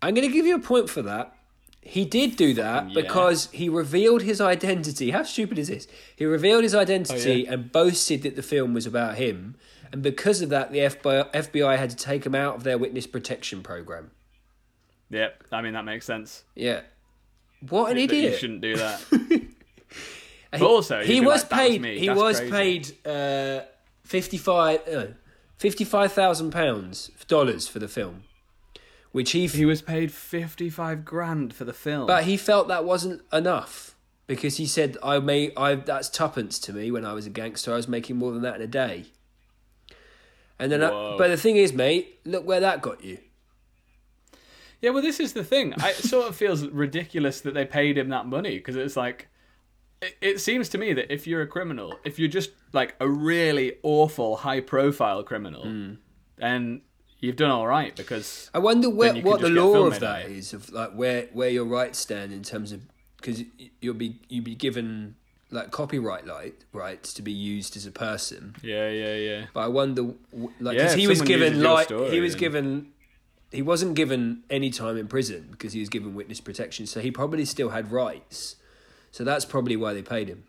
Speaker 1: "I'm going to give you a point for that." He did do that
Speaker 2: yeah.
Speaker 1: because he revealed his identity. How stupid is this? He revealed his
Speaker 2: Oh,
Speaker 1: identity and boasted that the film was about him, and because of that, the FBI, FBI had to take him out of their witness protection program.
Speaker 2: Yep. I mean, that makes sense.
Speaker 1: Yeah, what an
Speaker 2: That
Speaker 1: idiot!
Speaker 2: You shouldn't do that. but also,
Speaker 1: he
Speaker 2: you'd be
Speaker 1: was
Speaker 2: like, that
Speaker 1: paid.
Speaker 2: me.
Speaker 1: he
Speaker 2: That's
Speaker 1: was
Speaker 2: crazy.
Speaker 1: paid uh, fifty five uh, fifty five thousand pounds dollars for the film, which he, f-
Speaker 2: He was paid fifty-five grand for the film.
Speaker 1: but he felt that wasn't enough because he said I may I that's tuppence to me when I was a gangster I was making more than that in a day. And then, I,
Speaker 2: Whoa.
Speaker 1: but the thing is, mate, look where that got you.
Speaker 2: Yeah, well, this is the thing. I, it sort of feels ridiculous that they paid him that money because it's like, it- it seems to me that if you're a criminal, if you're just like a really awful, high-profile criminal, then you've done all right because
Speaker 1: I wonder where,
Speaker 2: you could
Speaker 1: what the
Speaker 2: just get a
Speaker 1: law
Speaker 2: film
Speaker 1: of
Speaker 2: made
Speaker 1: that
Speaker 2: out of
Speaker 1: is of like where where your rights stand in terms of because you'll be you'll be given like copyright light rights to be used as a person,
Speaker 2: yeah, yeah, yeah.
Speaker 1: but I wonder w- like
Speaker 2: Yeah,
Speaker 1: 'cause
Speaker 2: if
Speaker 1: he was
Speaker 2: someone
Speaker 1: given
Speaker 2: uses your
Speaker 1: like
Speaker 2: story,
Speaker 1: he was
Speaker 2: then-
Speaker 1: given he wasn't given any time in prison because he was given witness protection, so he probably still had rights. So that's probably why they paid him.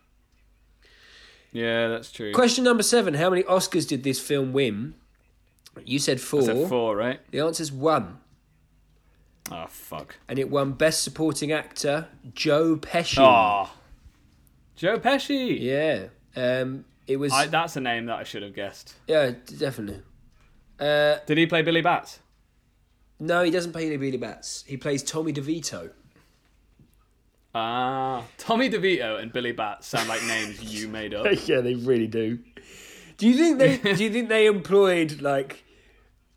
Speaker 2: Yeah, that's true.
Speaker 1: Question number seven: How many Oscars did this film win? You said four.
Speaker 2: I said four, right?
Speaker 1: The answer's one.
Speaker 2: Oh fuck.
Speaker 1: and it won Best Supporting Actor, Joe Pesci.
Speaker 2: Oh. Joe Pesci.
Speaker 1: Yeah, um, it was.
Speaker 2: I, that's a name that I should have guessed.
Speaker 1: yeah, d- definitely. Uh,
Speaker 2: Did he play Billy Bats?
Speaker 1: no, he doesn't play the Billy Bats. He plays Tommy DeVito.
Speaker 2: Ah, Tommy DeVito and Billy Bats sound like names you made up.
Speaker 1: yeah, they really do. Do you think they? do you think they employed like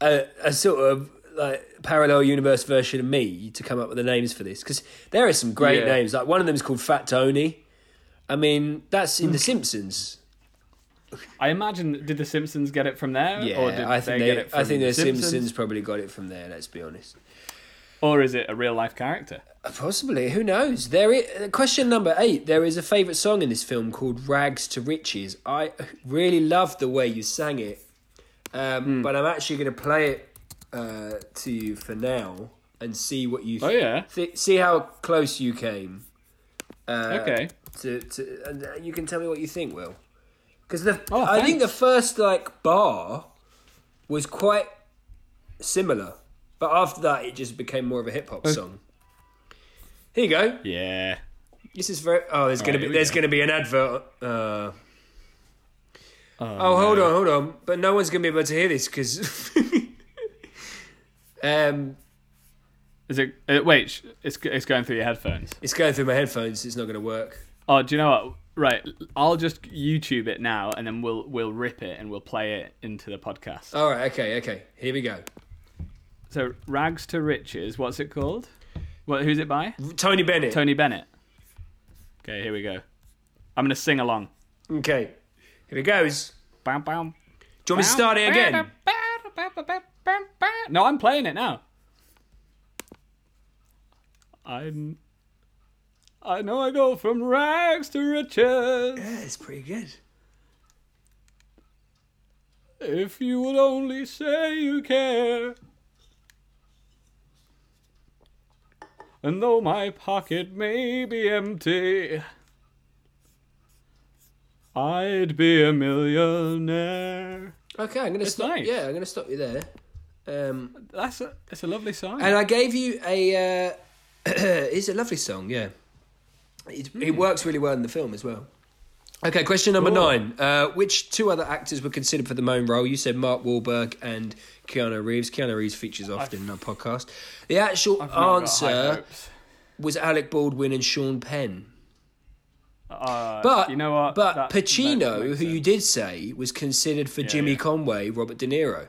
Speaker 1: a, a sort of like parallel universe version of me to come up with the names for this? Because there are some great
Speaker 2: Yeah.
Speaker 1: names. Like one of them is called Fat Tony. I mean, that's in The
Speaker 2: Mm.
Speaker 1: Simpsons.
Speaker 2: I imagine did the Simpsons get it from there,
Speaker 1: Yeah,
Speaker 2: or did
Speaker 1: I think
Speaker 2: they, get it from
Speaker 1: I think
Speaker 2: the,
Speaker 1: Simpsons?
Speaker 2: Simpsons?
Speaker 1: probably got it from there. Let's be honest.
Speaker 2: or is it a real life character?
Speaker 1: Possibly, who knows? There is question number eight. There is a favorite song in this film called "Rags to Riches." I really love the way you sang it,
Speaker 2: Hmm.
Speaker 1: um, but I'm actually going to play it uh, to you for now and see what you
Speaker 2: Oh yeah,
Speaker 1: th- see how close you came. Uh,
Speaker 2: okay.
Speaker 1: to, to and uh, you can tell me what you think, Will. Because the
Speaker 2: Oh,
Speaker 1: I think
Speaker 2: thanks.
Speaker 1: the first like bar was quite similar, but after that it just became more of a hip hop
Speaker 2: Uh,
Speaker 1: song. Here you go.
Speaker 2: Yeah,
Speaker 1: This is very. Oh, there's gonna be
Speaker 2: Alright, here we
Speaker 1: there's
Speaker 2: go.
Speaker 1: gonna be an advert. Uh, oh, hold on, hold on. But no one's gonna be able to hear this because. um,
Speaker 2: is it? Uh, wait, sh- it's g- it's going through your headphones.
Speaker 1: it's going through my headphones. It's not gonna work.
Speaker 2: Oh, do you know what? Right, I'll just YouTube it now, and then we'll we'll rip it and we'll play it into the podcast.
Speaker 1: All right. Okay. Okay. Here we go.
Speaker 2: So, Rags to Riches. What's it called? What? Who's it by?
Speaker 1: Tony Bennett.
Speaker 2: Tony Bennett. Okay, here we go. I'm gonna sing along.
Speaker 1: Okay. Here it goes.
Speaker 2: Bam, bam.
Speaker 1: Do you want me to start it again?
Speaker 2: No, I'm playing it now. I I know I go from rags to riches.
Speaker 1: Yeah, it's pretty good.
Speaker 2: If you would only say you care. And though my pocket may be empty, I'd be a millionaire.
Speaker 1: Okay, I'm gonna
Speaker 2: It's
Speaker 1: stop.
Speaker 2: nice.
Speaker 1: Yeah, I'm gonna stop you there. Um,
Speaker 2: That's a, it's a lovely song.
Speaker 1: and I gave you a. Uh, it's a lovely song. Yeah, it, it works really well in the film as well. Okay, question number
Speaker 2: Hmm. Cool.
Speaker 1: nine. Uh, which two other actors were considered for the main role? You said Mark Wahlberg and Keanu Reeves. Keanu Reeves features often in our podcast. The actual
Speaker 2: I've not got high
Speaker 1: answer
Speaker 2: hopes.
Speaker 1: was Alec Baldwin and Sean Penn.
Speaker 2: Uh,
Speaker 1: But
Speaker 2: you know what?
Speaker 1: But
Speaker 2: That- that
Speaker 1: Pacino, who
Speaker 2: makes
Speaker 1: you
Speaker 2: sense.
Speaker 1: did say was considered for Jimmy
Speaker 2: yeah.
Speaker 1: Conway, Robert De Niro.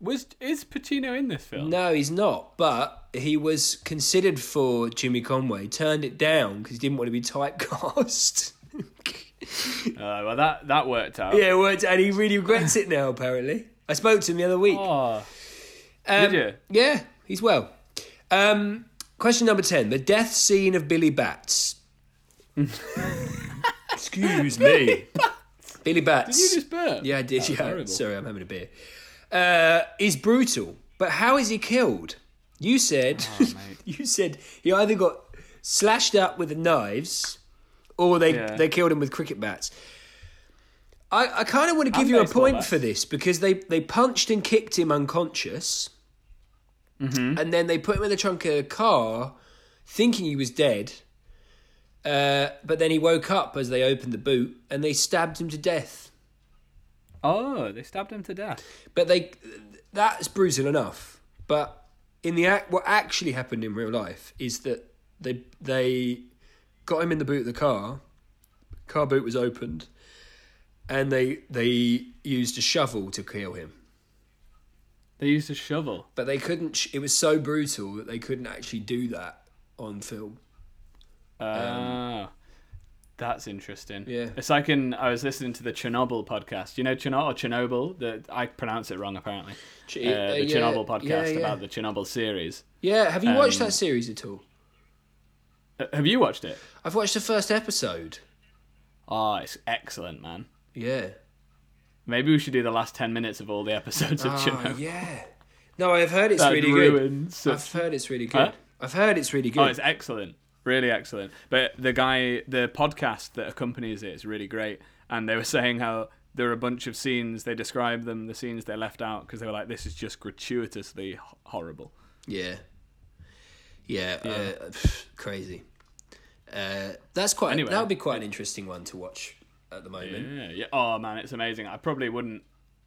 Speaker 2: was is Pacino in this film?
Speaker 1: No, he's not. But he was considered for Jimmy Conway, turned it down because he didn't want to be typecast.
Speaker 2: Uh, well, that that worked out.
Speaker 1: yeah, it worked, and he really regrets it now. Apparently, I spoke to him the other week.
Speaker 2: Oh,
Speaker 1: Um,
Speaker 2: did you?
Speaker 1: Yeah, he's well. Um, question number ten: the death scene of Billy Bats. Excuse me, Billy Bats.
Speaker 2: you just burp.
Speaker 1: Yeah, I did.
Speaker 2: That was
Speaker 1: Yeah,
Speaker 2: horrible.
Speaker 1: sorry, I'm having a beer. Uh, is brutal, but how is he killed? You said,
Speaker 2: Ah,
Speaker 1: you said he either got slashed up with the knives, or they
Speaker 2: Yeah.
Speaker 1: they killed him with cricket bats. I, I kind of want to give
Speaker 2: And
Speaker 1: you a
Speaker 2: baseball
Speaker 1: point
Speaker 2: bats.
Speaker 1: for this because they they punched and kicked him unconscious,
Speaker 2: Mm-hmm.
Speaker 1: and then they put him in the trunk of a car, thinking he was dead. Uh, but then he woke up as they opened the boot and they stabbed him to death.
Speaker 2: Oh, they stabbed him to death.
Speaker 1: But they that's brutal enough. But in the act, what actually happened in real life is that they they got him in the boot of the car. Car boot was opened, and they they used a shovel to kill him.
Speaker 2: They used a shovel.
Speaker 1: But they couldn't. sh- It was so brutal that they couldn't actually do that on film.
Speaker 2: Ah. That's interesting.
Speaker 1: Um, Yeah.
Speaker 2: It's like in I was listening to the Chernobyl podcast. You know Chernobyl or Chernobyl? The, I pronounce it wrong apparently.
Speaker 1: Ch-
Speaker 2: Uh, the
Speaker 1: uh, yeah,
Speaker 2: Chernobyl podcast
Speaker 1: yeah, yeah.
Speaker 2: about the Chernobyl series.
Speaker 1: Yeah, have you watched
Speaker 2: Um,
Speaker 1: that series at all?
Speaker 2: Uh, have you watched it?
Speaker 1: I've watched the first episode.
Speaker 2: Oh, it's excellent, man.
Speaker 1: Yeah.
Speaker 2: Maybe we should do the last ten minutes of all the episodes of
Speaker 1: Ah,
Speaker 2: Chernobyl.
Speaker 1: yeah. No, I've heard it's
Speaker 2: That
Speaker 1: really good.
Speaker 2: ruins such-
Speaker 1: I've heard it's really good.
Speaker 2: Huh?
Speaker 1: I've heard it's really good.
Speaker 2: Oh, it's excellent. Really excellent. But the guy, the podcast that accompanies it is really great. And they were saying how there are a bunch of scenes, they describe them, the scenes they left out, because they were like, this is just gratuitously h- horrible.
Speaker 1: Yeah. Yeah. Uh, pff, crazy. Uh, that's quite.
Speaker 2: Anyway.
Speaker 1: that would be quite an interesting one to watch at the moment.
Speaker 2: Yeah, yeah. Oh, man, it's amazing. I probably wouldn't.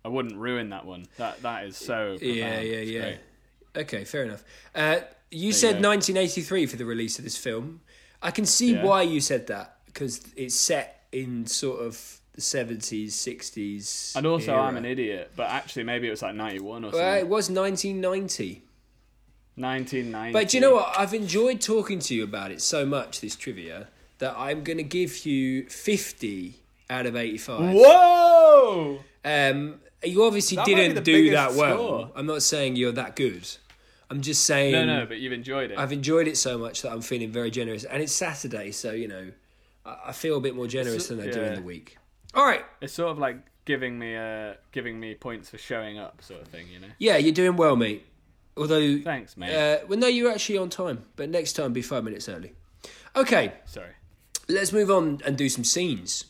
Speaker 2: I wouldn't ruin that one. That that is so. Profound.
Speaker 1: Yeah, yeah,
Speaker 2: It's
Speaker 1: yeah.
Speaker 2: great.
Speaker 1: Okay, fair enough. Uh, you said
Speaker 2: go.
Speaker 1: 1983 for the release of this film. I can see
Speaker 2: Yeah.
Speaker 1: why you said that because it's set in sort of the 70s, 60s.
Speaker 2: And also, I'm
Speaker 1: era.
Speaker 2: an idiot, but actually, maybe it was like 91 or something.
Speaker 1: Well, it was 1990.
Speaker 2: 1990.
Speaker 1: But do you know what? I've enjoyed talking to you about it so much, this trivia, that I'm going to give you 50 out of 85.
Speaker 2: Whoa!
Speaker 1: Um, you obviously
Speaker 2: That might be the
Speaker 1: didn't do
Speaker 2: biggest
Speaker 1: that well.
Speaker 2: score.
Speaker 1: I'm not saying you're that good. I'm just saying
Speaker 2: No, no, but you've enjoyed it.
Speaker 1: Mm. I've enjoyed it so much that I'm feeling very generous. And it's Saturday, so, you know, I, I feel a bit more generous than I do in
Speaker 2: yeah.
Speaker 1: the week. All right.
Speaker 2: It's sort of like giving me uh giving me points for showing up, sort of thing, you know.
Speaker 1: Yeah, you're doing well, mate. Although,
Speaker 2: Thanks, mate.
Speaker 1: uh, well, no, you're actually on time. But next time, be five minutes early. Okay.
Speaker 2: Sorry.
Speaker 1: let's move on and do some scenes.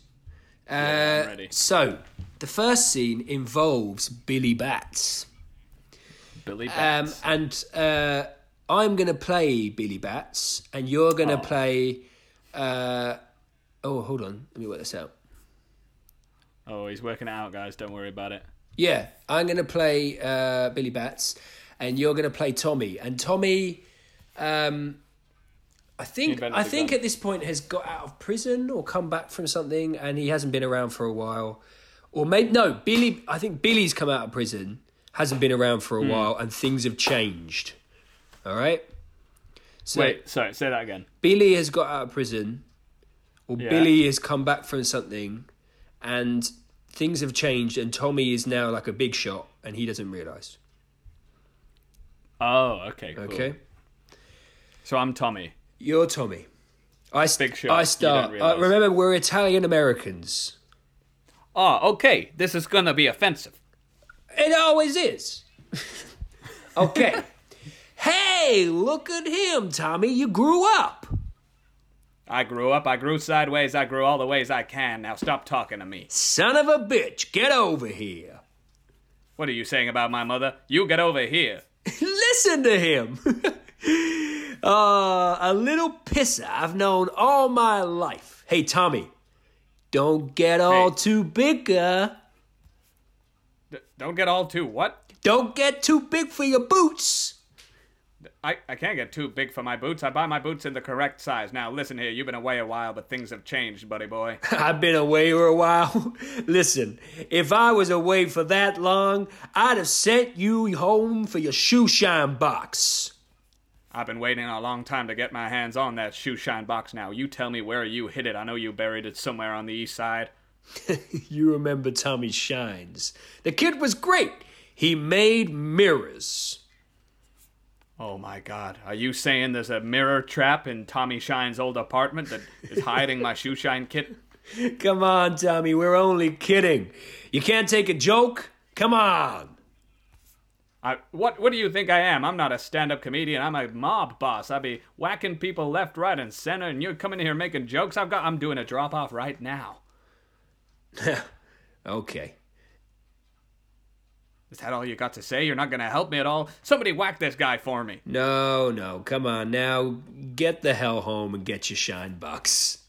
Speaker 1: Uh,
Speaker 2: I'm ready.
Speaker 1: So, the first scene involves Billy Bats.
Speaker 2: Billy
Speaker 1: Um,
Speaker 2: Bats.
Speaker 1: and uh, I'm going to play Billy Bats, and you're
Speaker 2: Oh.
Speaker 1: going to play. Uh, oh, hold on. Let me work this out.
Speaker 2: oh, he's working it out, guys. Don't worry about it.
Speaker 1: Yeah, I'm going to play uh, Billy Bats, and you're going to play Tommy. And Tommy, um, I think
Speaker 2: invented
Speaker 1: I
Speaker 2: the
Speaker 1: think
Speaker 2: gun.
Speaker 1: at this point has got out of prison or come back from something, and he hasn't been around for a while. Or maybe no, Billy. I think Billy's come out of prison, hasn't been around for
Speaker 2: Hmm.
Speaker 1: a while, and things have changed. All right. So
Speaker 2: Wait, sorry. Say that again.
Speaker 1: Billy has got out of prison, or
Speaker 2: Yeah.
Speaker 1: Billy has come back from something, and things have changed, and Tommy is now like a big shot, and he doesn't realize.
Speaker 2: Oh, okay. Cool.
Speaker 1: Okay,
Speaker 2: So I'm Tommy.
Speaker 1: you're Tommy. I st-
Speaker 2: Big shot,
Speaker 1: I
Speaker 2: you
Speaker 1: start.
Speaker 2: don't
Speaker 1: uh,
Speaker 2: realise.
Speaker 1: remember, we're Italian Americans.
Speaker 2: Oh, okay. This is gonna be offensive.
Speaker 1: It always is. okay. hey, look at him, Tommy. You grew up.
Speaker 2: I grew up. I grew sideways. I grew all the ways I can. Now stop talking to me.
Speaker 1: Son of a bitch, get over here.
Speaker 2: What are you saying about my mother? You get over here.
Speaker 1: Listen to him. uh, a little pisser I've known all my life. Hey, Tommy, don't get all
Speaker 2: Hey.
Speaker 1: too big. uh.
Speaker 2: D- don't get all too what?
Speaker 1: Don't get too big for your boots.
Speaker 2: I, I can't get too big for my boots. I buy my boots in the correct size. Now listen here. You've been away a while, but things have changed, buddy boy.
Speaker 1: I've been away for a while. Listen, if I was away for that long, I'd have sent you home for your shoe shine box.
Speaker 2: I've been waiting a long time to get my hands on that shoe shine box now. You tell me where you hid it. I know you buried it somewhere on the east side.
Speaker 1: You remember Tommy Shines. The kid was great. He made mirrors.
Speaker 2: Oh my god. Are you saying there's a mirror trap in Tommy Shine's old apartment that is hiding my shoe shine kit?
Speaker 1: Come on, Tommy, we're only kidding. You can't take a joke? Come on.
Speaker 2: I, what what do you think I am? I'm not a stand-up comedian. I'm a mob boss. I be whacking people left, right, and center, and you're coming here making jokes. I've got I'm doing a drop off right now.
Speaker 1: Okay.
Speaker 2: Is that all you got to say? You're not gonna help me at all? Somebody whack this guy for me.
Speaker 1: No, no, come on now. Get the hell home and get your shine box.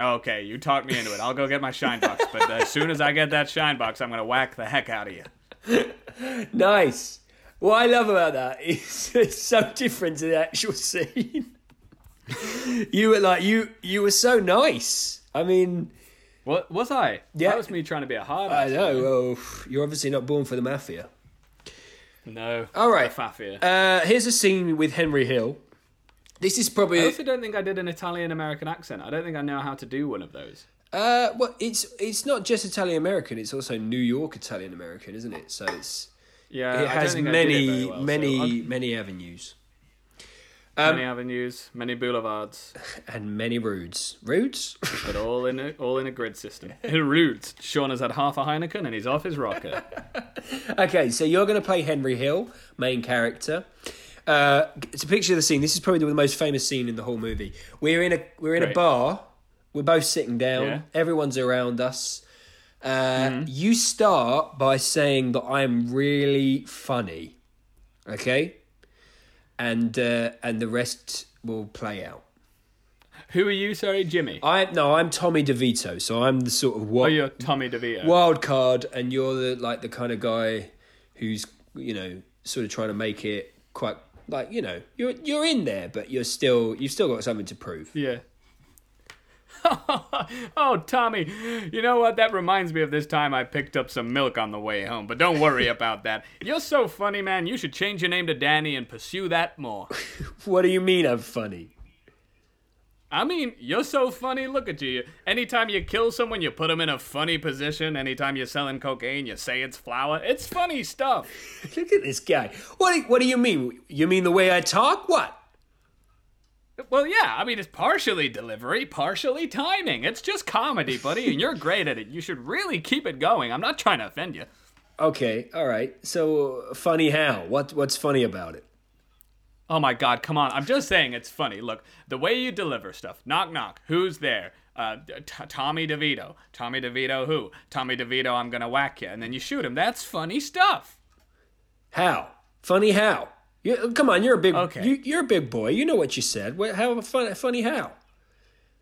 Speaker 2: Okay, you talked me into it. I'll go get my shine box, but as soon as I get that shine box, I'm gonna whack the heck out of you.
Speaker 1: Nice. What I love about that is it's so different to the actual scene. you were like you you were so nice. I mean,
Speaker 2: What was I?
Speaker 1: Yeah.
Speaker 2: That was me trying to be a hard.
Speaker 1: I know. Well, you're obviously not born for the mafia.
Speaker 2: No.
Speaker 1: All right.
Speaker 2: The Fafia.
Speaker 1: Uh, here's a scene with Henry Hill, This is probably
Speaker 2: I also don't think I did an Italian American accent. I don't think I know how to do one of those.
Speaker 1: Uh, well, it's it's not just Italian American. It's also New York Italian American, isn't it? So it's
Speaker 2: Yeah,
Speaker 1: it
Speaker 2: Uh, I
Speaker 1: has
Speaker 2: don't think I did
Speaker 1: many
Speaker 2: it very well, so I'm-
Speaker 1: many um, many avenues
Speaker 2: many avenues, many boulevards,
Speaker 1: and many roads. Roads.
Speaker 2: but all in a, all in a grid system. Rude. Sean has had half a Heineken and he's off his rocker.
Speaker 1: okay, so you're going to play Henry Hill, main character. Uh, to picture the scene, this is probably the most famous scene in the whole movie. We're in a we're in a
Speaker 2: Great.
Speaker 1: bar. We're both sitting down.
Speaker 2: Yeah. Mm-hmm.
Speaker 1: Everyone's around us. Uh, You start by saying that I'm really funny, okay, and uh, and the rest will play out.
Speaker 2: Who are you? Sorry, Jimmy.
Speaker 1: I no, I'm Tommy DeVito, so I'm the sort of what
Speaker 2: Oh, you're Tommy DeVito.
Speaker 1: wild card and you're the like the kind of guy who's you know sort of trying to make it quite like you know you're you're in there but you're still you've still got something to prove
Speaker 2: Yeah. oh, Tommy, you know what? That reminds me of this time I picked up some milk on the way home, but don't worry about that. You're so funny, man. You should change your name to Danny and pursue that more.
Speaker 1: what do you mean i'm funny
Speaker 2: I mean, you're so funny. Look at you. Anytime you kill someone, you put them in a funny position. Anytime you're selling cocaine, you say it's flour. It's funny stuff.
Speaker 1: look at this guy what do, what do you mean you mean the way i talk what
Speaker 2: Well, yeah, I mean, it's partially delivery, partially timing. It's just comedy, buddy, and you're great at it. You should really keep it going. I'm not trying to offend you.
Speaker 1: okay all right so funny how what what's funny about it
Speaker 2: Oh my God, come on. I'm just saying it's funny. Look, the way you deliver stuff knock, knock, who's there? Uh, t- Tommy DeVito. Tommy DeVito, who? Tommy DeVito, I'm gonna whack you. And then you shoot him. That's funny stuff.
Speaker 1: how funny how you, come on you're a big
Speaker 2: Okay.
Speaker 1: you, you're a big boy you know what you said what, how fun, funny how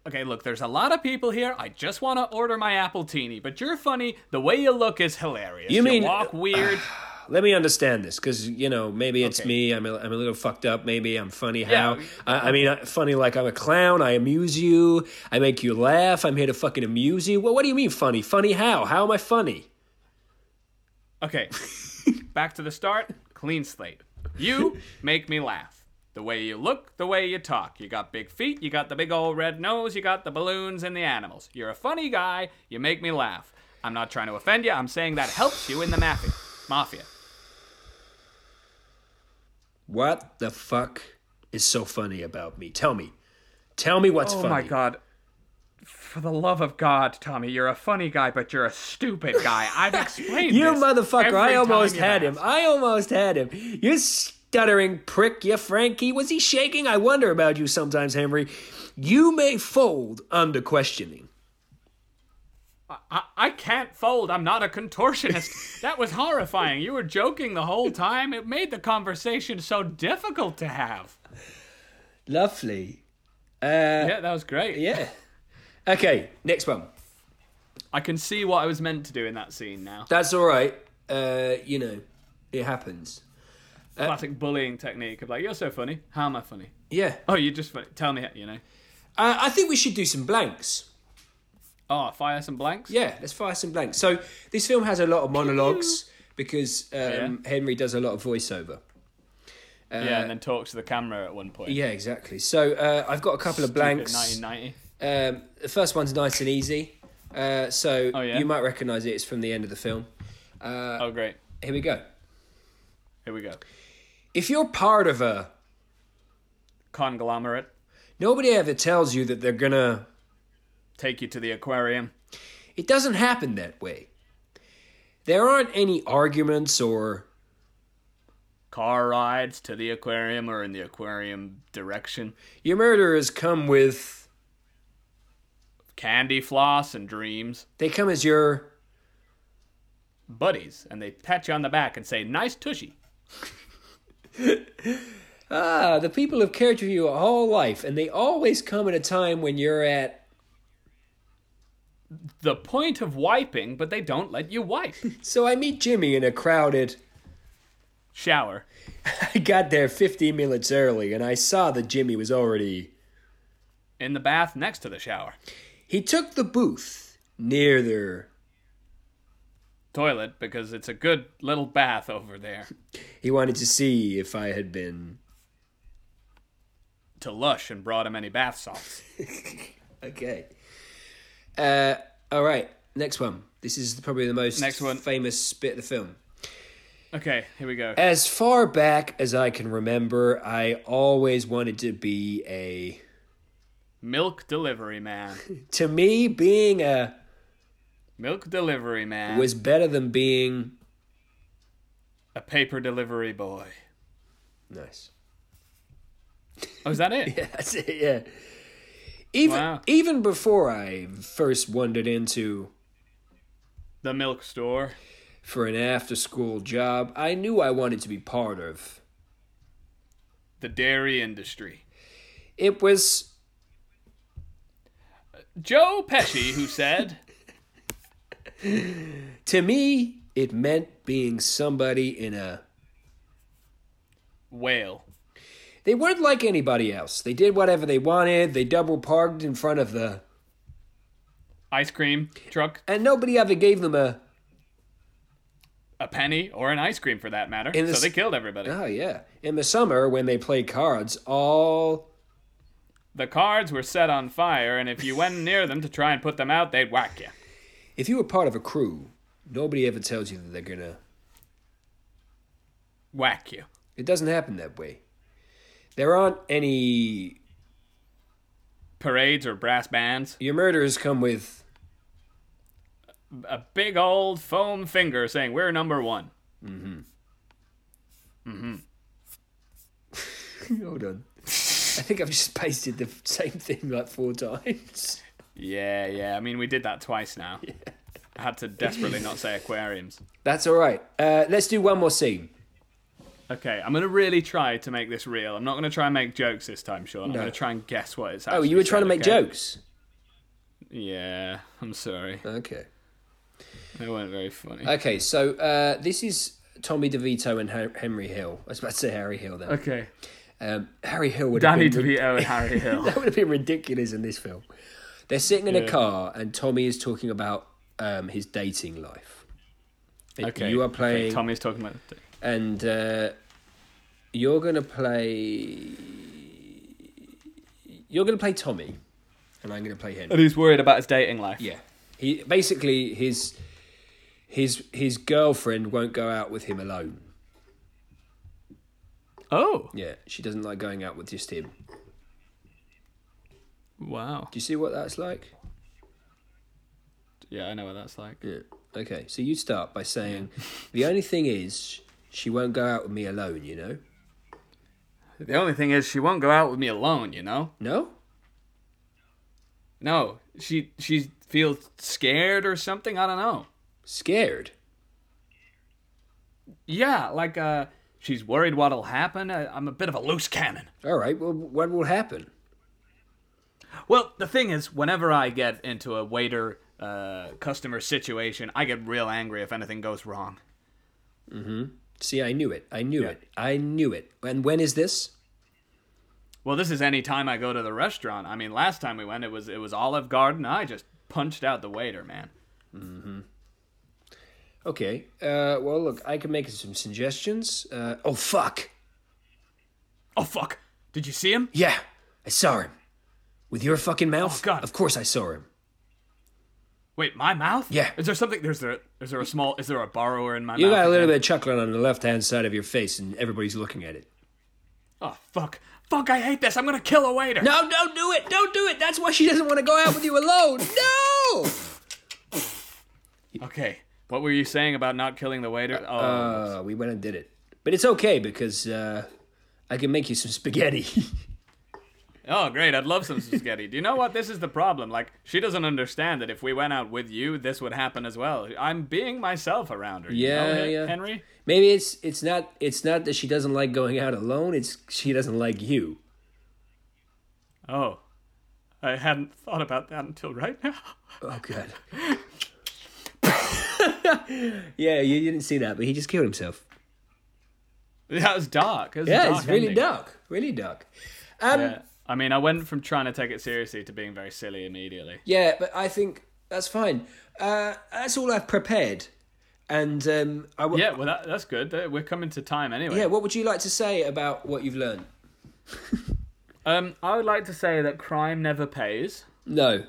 Speaker 2: Okay, look, there's a lot of people here. I just wanna order my apple teeny, but you're funny. The way you look is hilarious.
Speaker 1: You mean- uh,
Speaker 2: walk weird.
Speaker 1: let me understand this because you know maybe it's
Speaker 2: Okay.
Speaker 1: me I'm a, I'm a little fucked up maybe i'm funny how
Speaker 2: Yeah.
Speaker 1: I, I mean I- funny like i'm a clown i amuse you i make you laugh i'm here to fucking amuse you well what do you mean funny funny how how am i funny
Speaker 2: Okay, back to the start. Clean slate. You make me laugh. The way you look, the way you talk. You got big feet, you got the big old red nose, you got the balloons and the animals. You're a funny guy, you make me laugh. I'm not trying to offend you, I'm saying that helps you in the mafia. Mafia.
Speaker 1: what the fuck is so funny about me tell me tell me what's funny
Speaker 2: Oh god. For the love of God, Tommy, you're a funny guy, but you're a stupid guy. I've explained
Speaker 1: you motherfucker i almost had him i almost had him you stuttering prick you frankie was he shaking i wonder about you sometimes henry you may fold under questioning
Speaker 2: I, I can't fold. I'm not a contortionist. that was horrifying. You were joking the whole time. It made the conversation so difficult to have.
Speaker 1: Lovely. Uh,
Speaker 2: Yeah, that was great.
Speaker 1: Yeah. Okay, next one.
Speaker 2: I can see what I was meant to do in that scene now.
Speaker 1: That's all right. Uh, you know, it happens. Uh,
Speaker 2: Classic bullying technique of like, you're so funny. How am I funny?
Speaker 1: Yeah.
Speaker 2: Oh, you're just funny. Tell me, how- you know.
Speaker 1: Uh, I think we should do some blanks.
Speaker 2: Oh, fire some blanks.
Speaker 1: Yeah, let's fire some blanks. So this film has a lot of monologues because um, Henry does a lot of voiceover.
Speaker 2: Yeah, and then talks to the camera at one point.
Speaker 1: Yeah, exactly. So uh, I've got a couple of blanks.
Speaker 2: 1990.
Speaker 1: Um, the first one's nice and easy. Uh, so
Speaker 2: Oh, yeah?
Speaker 1: you might recognise it. It's from the end of the film. Uh,
Speaker 2: oh, great.
Speaker 1: Here we go.
Speaker 2: Here we go.
Speaker 1: If you're part of a
Speaker 2: Conglomerate.
Speaker 1: Nobody ever tells you that they're gonna.
Speaker 2: Take you to the aquarium.
Speaker 1: It doesn't happen that way. There aren't any arguments or.
Speaker 2: Car rides to the aquarium or in the aquarium direction.
Speaker 1: Your murderers come with.
Speaker 2: candy floss and dreams
Speaker 1: They come as your.
Speaker 2: buddies and they pat you on the back and say nice tushy
Speaker 1: Ah, the people have cared for you a whole life, and they always come at a time when you're at.
Speaker 2: the point of wiping but they don't let you wipe
Speaker 1: So I meet Jimmy in a crowded.
Speaker 2: shower
Speaker 1: I got there 15 minutes early, and I saw that Jimmy was already.
Speaker 2: in the bath next to the shower
Speaker 1: He took the booth near their.
Speaker 2: toilet because it's a good little bath over there
Speaker 1: He wanted to see if I had been.
Speaker 2: to Lush and brought him any bath salts.
Speaker 1: Okay. Uh, all right. Next one. This is probably the most
Speaker 2: Next one.
Speaker 1: famous bit of the film.
Speaker 2: Okay, here we go.
Speaker 1: As far back as I can remember, I always wanted to be a.
Speaker 2: Milk delivery man.
Speaker 1: To me, being a
Speaker 2: Milk delivery man.
Speaker 1: was better than being
Speaker 2: a paper delivery boy.
Speaker 1: nice.
Speaker 2: Oh, is that it?
Speaker 1: That's it. Yeah. Even
Speaker 2: Wow.
Speaker 1: even before I first wandered into
Speaker 2: The milk store.
Speaker 1: for an after school job, I knew I wanted to be part of.
Speaker 2: The dairy industry.
Speaker 1: It was
Speaker 2: Joe Pesci, who said,
Speaker 1: to me, it meant being somebody in a
Speaker 2: whale.
Speaker 1: They weren't like anybody else. They did whatever they wanted. They double parked in front of the.
Speaker 2: Ice cream truck,
Speaker 1: And nobody ever gave them a.
Speaker 2: a penny, or an ice cream for that matter.
Speaker 1: In
Speaker 2: so
Speaker 1: this-
Speaker 2: they killed everybody.
Speaker 1: Oh, yeah. In the summer, when they play cards, all.
Speaker 2: The cards were set on fire, and if you went near them to try and put them out, they'd whack you.
Speaker 1: If you were part of a crew, nobody ever tells you that they're gonna.
Speaker 2: Whack you.
Speaker 1: It doesn't happen that way. There aren't any.
Speaker 2: Parades or brass bands.
Speaker 1: Your murderers come with.
Speaker 2: A big old foam finger saying, We're number one.
Speaker 1: Hold on. I think I've just pasted the same thing like four times.
Speaker 2: Yeah, yeah. I mean, we did that twice now. I had to desperately not say aquariums.
Speaker 1: That's all right. Uh, let's do one more scene.
Speaker 2: Okay, I'm gonna really try to make this real. I'm not gonna try and make jokes this time, Sean. I'm
Speaker 1: No.
Speaker 2: gonna try and guess what it's.
Speaker 1: Oh,
Speaker 2: Actually
Speaker 1: you were trying to
Speaker 2: said,
Speaker 1: make
Speaker 2: okay?
Speaker 1: jokes.
Speaker 2: Yeah, I'm sorry.
Speaker 1: Okay.
Speaker 2: They weren't very funny.
Speaker 1: Okay, so uh, this is Tommy DeVito and Hen- Henry Hill. I was about to say Harry Hill then.
Speaker 2: Okay,
Speaker 1: Um, Harry Hill would
Speaker 2: Danny
Speaker 1: have been rid-
Speaker 2: DeVito and Harry Hill.
Speaker 1: that would have been ridiculous in this film. They're sitting in a car and Tommy is talking about um, his dating life. And
Speaker 2: Okay,
Speaker 1: you are
Speaker 2: okay,
Speaker 1: playing,
Speaker 2: Tommy's talking about. the-
Speaker 1: and uh, you're gonna play. You're gonna play Tommy, and I'm gonna play Henry.
Speaker 2: And he's worried about his dating life.
Speaker 1: Yeah. He basically his his his girlfriend won't go out with him alone.
Speaker 2: Oh,
Speaker 1: Yeah, she doesn't like going out with just him. Do
Speaker 2: wow.
Speaker 1: you see what that's like?
Speaker 2: Yeah, I know what that's like.
Speaker 1: Yeah. Okay, so you start by saying, the only thing is, she won't go out with me alone, you know?
Speaker 2: The only thing is, she won't go out with me alone. You know?
Speaker 1: No?
Speaker 2: No, she she feels scared or something. I don't know.
Speaker 1: Scared.
Speaker 2: Yeah, like uh, she's worried what'll happen. I, I'm a bit of a loose cannon.
Speaker 1: All right, well, what will happen?
Speaker 2: Well, the thing is, whenever I get into a waiter uh, customer situation, I get real angry if anything goes wrong.
Speaker 1: See, I knew it. I knew it. I knew it. And when is this?
Speaker 2: Well, this is any time I go to the restaurant. I mean, last time we went, it was it was Olive Garden. I just punched out the waiter, man.
Speaker 1: Okay, uh, well, look, I can make some suggestions. Uh, oh, fuck!
Speaker 2: Oh fuck! Did you see him?
Speaker 1: Yeah, I saw him. With your fucking mouth?
Speaker 2: Oh, God.
Speaker 1: Of course I saw him.
Speaker 2: Wait, my mouth?
Speaker 1: Yeah.
Speaker 2: Is there something? There's there is there a small? Is there a borrower in my
Speaker 1: You
Speaker 2: mouth?
Speaker 1: got a little
Speaker 2: again?
Speaker 1: bit of chuckling on the left hand side of your face, and everybody's looking at it.
Speaker 2: Oh fuck! Fuck! I hate this. I'm gonna kill a waiter.
Speaker 1: No, don't do it. Don't do it. That's why she doesn't want to go out with you alone. No.
Speaker 2: Okay. What were you saying about not killing the waiter? Oh,
Speaker 1: Uh, we went and did it. But it's okay because uh, I can make you some spaghetti.
Speaker 2: Oh, great. I'd love some spaghetti. Do you know what? This is the problem. Like, she doesn't understand that if we went out with you, this would happen as well. I'm being myself around her. you
Speaker 1: Yeah,
Speaker 2: know, Hen-
Speaker 1: yeah.
Speaker 2: Henry?
Speaker 1: Maybe it's it's not it's not that she doesn't like going out alone. It's she doesn't like you.
Speaker 2: Oh, I hadn't thought about that until right now.
Speaker 1: Oh god. yeah, you didn't see that, but he just killed himself.
Speaker 2: That was dark. It was a
Speaker 1: Yeah,
Speaker 2: dark
Speaker 1: it's really
Speaker 2: ending.
Speaker 1: dark, really dark. Um,
Speaker 2: Yeah. I mean, I went from trying to take it seriously to being very silly immediately.
Speaker 1: Yeah, but I think that's fine. Uh, that's all I've prepared. And um, I w-
Speaker 2: Yeah, well, that, that's good. Uh, We're coming to time anyway.
Speaker 1: yeah, what would you like to say about what you've learned?
Speaker 2: Um, I would like to say that crime never pays,
Speaker 1: No.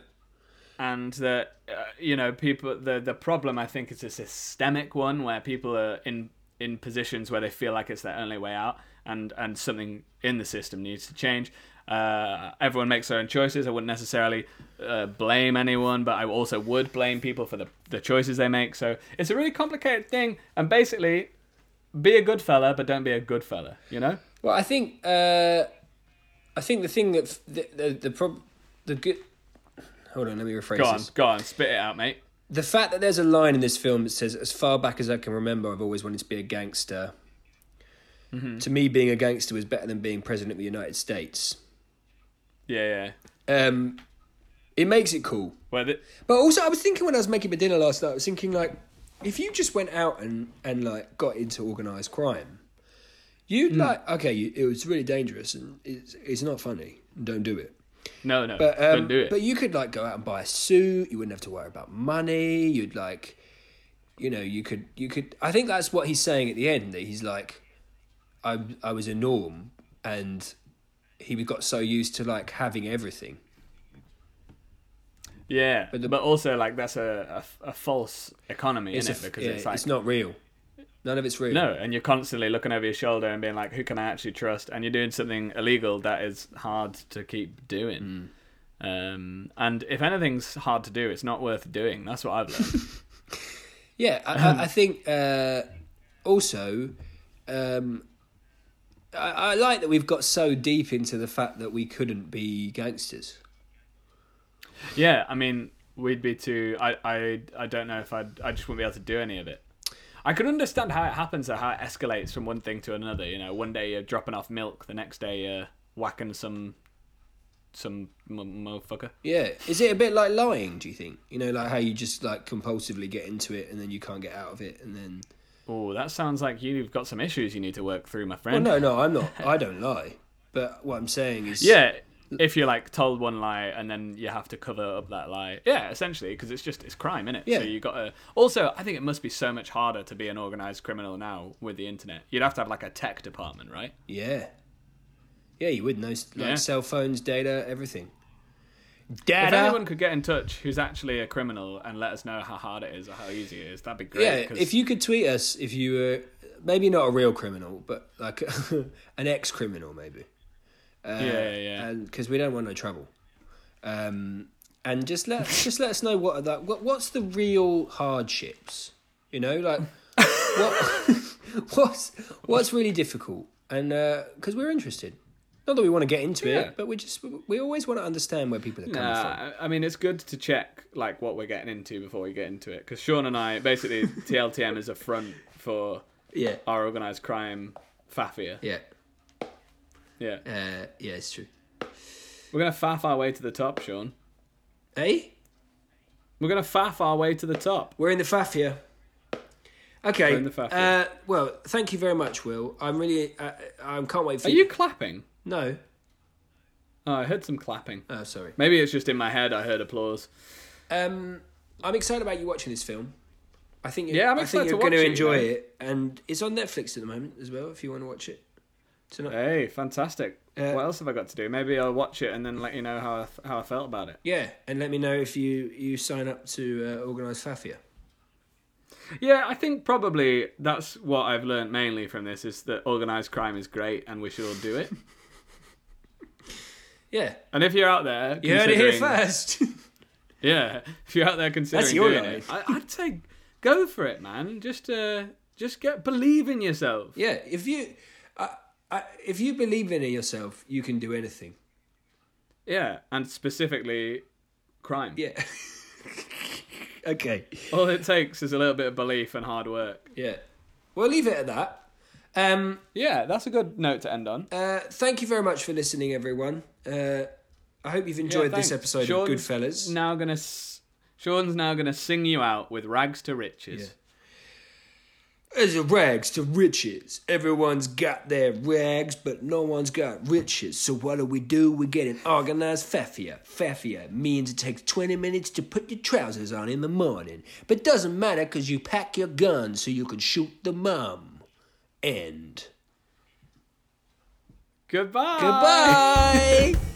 Speaker 2: and that uh, you know people the the problem I think is a systemic one where people are in in positions where they feel like it's their only way out, and and something in the system needs to change. Uh, everyone makes their own choices. I wouldn't necessarily uh, blame anyone, but I also would blame people for the the choices they make. So it's a really complicated thing, and basically. Be a good fella, but don't be a good fella. You know,
Speaker 1: Well, I think uh, I think the thing that f- the the, the prob the good. Hold on, let me rephrase
Speaker 2: go on,
Speaker 1: this.
Speaker 2: go on, spit it out, mate.
Speaker 1: The fact that there's a line in this film that says, "As far back as I can remember, I've always wanted to be a gangster."
Speaker 2: Mm-hmm.
Speaker 1: To me, being a gangster was better than being president of the United States.
Speaker 2: Yeah, yeah.
Speaker 1: Um, it makes it cool.
Speaker 2: Well, th-
Speaker 1: But also, I was thinking when I was making my dinner last night, I was thinking like, if you just went out and and like got into organized crime, you'd
Speaker 2: Hmm.
Speaker 1: like okay, you, it was really dangerous and it's it's not funny. Don't do it.
Speaker 2: no, no,
Speaker 1: But um,
Speaker 2: don't do it.
Speaker 1: But you could like go out and buy a suit. You wouldn't have to worry about money. You'd like, you know, you could you could. I think that's what he's saying at the end. That he's like, I I was a norm and he got so used to like having everything.
Speaker 2: yeah, but,
Speaker 1: the-
Speaker 2: also like that's a, a, a false economy, isn't
Speaker 1: a
Speaker 2: it?
Speaker 1: f-
Speaker 2: Because
Speaker 1: yeah,
Speaker 2: it's like
Speaker 1: it's not real. None of it's real.
Speaker 2: no, and you're constantly looking over your shoulder and being like, who can I actually trust? And you're doing something illegal that is hard to keep doing.
Speaker 1: Mm.
Speaker 2: Um, and if anything's hard to do, it's not worth doing. That's what I've learned.
Speaker 1: Yeah, I,
Speaker 2: Um,
Speaker 1: I, I think uh, also um, I, I like that we've got so deep into the fact that we couldn't be gangsters.
Speaker 2: yeah, I mean, we'd be too. I, I, I don't know if I'd. I just wouldn't be able to do any of it. I can understand how it happens or how it escalates from one thing to another. You know, one day you're dropping off milk, the next day you're whacking some, some m- motherfucker.
Speaker 1: Yeah, is it a bit like lying? Do you think you know, like how you just like compulsively get into it and then you can't get out of it, and then
Speaker 2: Oh, that sounds like you've got some issues you need to work through, my
Speaker 1: well,
Speaker 2: friend.
Speaker 1: no, no, I'm not. I don't lie, but what I'm saying is,
Speaker 2: Yeah, if you're like told one lie and then you have to cover up that lie. Yeah, essentially, because it's just it's crime, innit?
Speaker 1: Yeah.
Speaker 2: So you got to. Also, I think it must be so much harder to be an organized criminal now with the internet. You'd have to have like a tech department, right?
Speaker 1: yeah, yeah, you would know like
Speaker 2: Yeah.
Speaker 1: cell phones, data, everything.
Speaker 2: If
Speaker 1: Data.
Speaker 2: anyone could get in touch who's actually a criminal and let us know how hard it is or how easy it is, that'd be great.
Speaker 1: Yeah,
Speaker 2: 'cause-
Speaker 1: if you could tweet us if you were maybe not a real criminal, but like an ex criminal, maybe. Uh,
Speaker 2: Yeah, yeah.
Speaker 1: Because we don't want no trouble. Um, and just let just let us know what are that what what's the real hardships, you know, like what what's what's really difficult, and because we're interested. Not that we want to get into
Speaker 2: Yeah.
Speaker 1: it, but we just we always want to understand where people are coming
Speaker 2: Nah,
Speaker 1: from.
Speaker 2: Uh, I- I mean it's good to check like what we're getting into before we get into it because Sean and I basically TLTM is a front for
Speaker 1: Yeah,
Speaker 2: our organized crime faffia.
Speaker 1: yeah,
Speaker 2: Yeah,
Speaker 1: uh, yeah. It's true.
Speaker 2: we're gonna faff our way to the top, Sean.
Speaker 1: Hey.
Speaker 2: We're gonna faff our way to the top.
Speaker 1: We're in the faffia. Okay.
Speaker 2: We're in the faffia.
Speaker 1: Uh, well, thank you very much, Will. I'm really, uh, I can't wait for
Speaker 2: Are you clapping?
Speaker 1: No.
Speaker 2: Oh, I heard some clapping.
Speaker 1: Oh, sorry.
Speaker 2: Maybe it's just in my head. I heard applause.
Speaker 1: Um, I'm excited about you watching this film. I think you're,
Speaker 2: Yeah, I'm
Speaker 1: I
Speaker 2: excited
Speaker 1: think
Speaker 2: to
Speaker 1: you're
Speaker 2: watch
Speaker 1: going
Speaker 2: it,
Speaker 1: to
Speaker 2: you
Speaker 1: enjoy
Speaker 2: know.
Speaker 1: it, and it's on Netflix at the moment as well. If you want to watch it tonight.
Speaker 2: Hey, fantastic.
Speaker 1: Uh,
Speaker 2: what else have I got to do? Maybe I'll watch it and then let you know how I, f- how I felt about it.
Speaker 1: yeah, and let me know if you you sign up to uh, organise faffia.
Speaker 2: Yeah, I think probably that's what I've learned mainly from this is that organized crime is great and we should all do it.
Speaker 1: Yeah,
Speaker 2: and if you're out there,
Speaker 1: you heard it here
Speaker 2: considering-
Speaker 1: first.
Speaker 2: Yeah, if you're out there considering
Speaker 1: That's your
Speaker 2: doing
Speaker 1: line.
Speaker 2: it, I, I'd say go for it, man. Just uh, just get believe in yourself.
Speaker 1: yeah, if you, I, I, if you believe in it yourself, you can do anything.
Speaker 2: Yeah, and specifically crime.
Speaker 1: Yeah. okay.
Speaker 2: All it takes is a little bit of belief and hard work.
Speaker 1: Yeah. We'll leave it at that. Um,
Speaker 2: Yeah, that's a good note to end on.
Speaker 1: uh, thank you very much for listening, everyone. Uh, I hope you've enjoyed this episode of Goodfellas.
Speaker 2: Now gonna s- Sean's now gonna sing you out with rags to riches.
Speaker 1: As a rags to riches, everyone's got their rags, but no one's got riches. So what do we do? We get an organized faffia. Faffia means it takes 20 minutes to put your trousers on in the morning, but doesn't matter because you pack your gun so you can shoot the mum. End.
Speaker 2: Goodbye.
Speaker 1: Goodbye.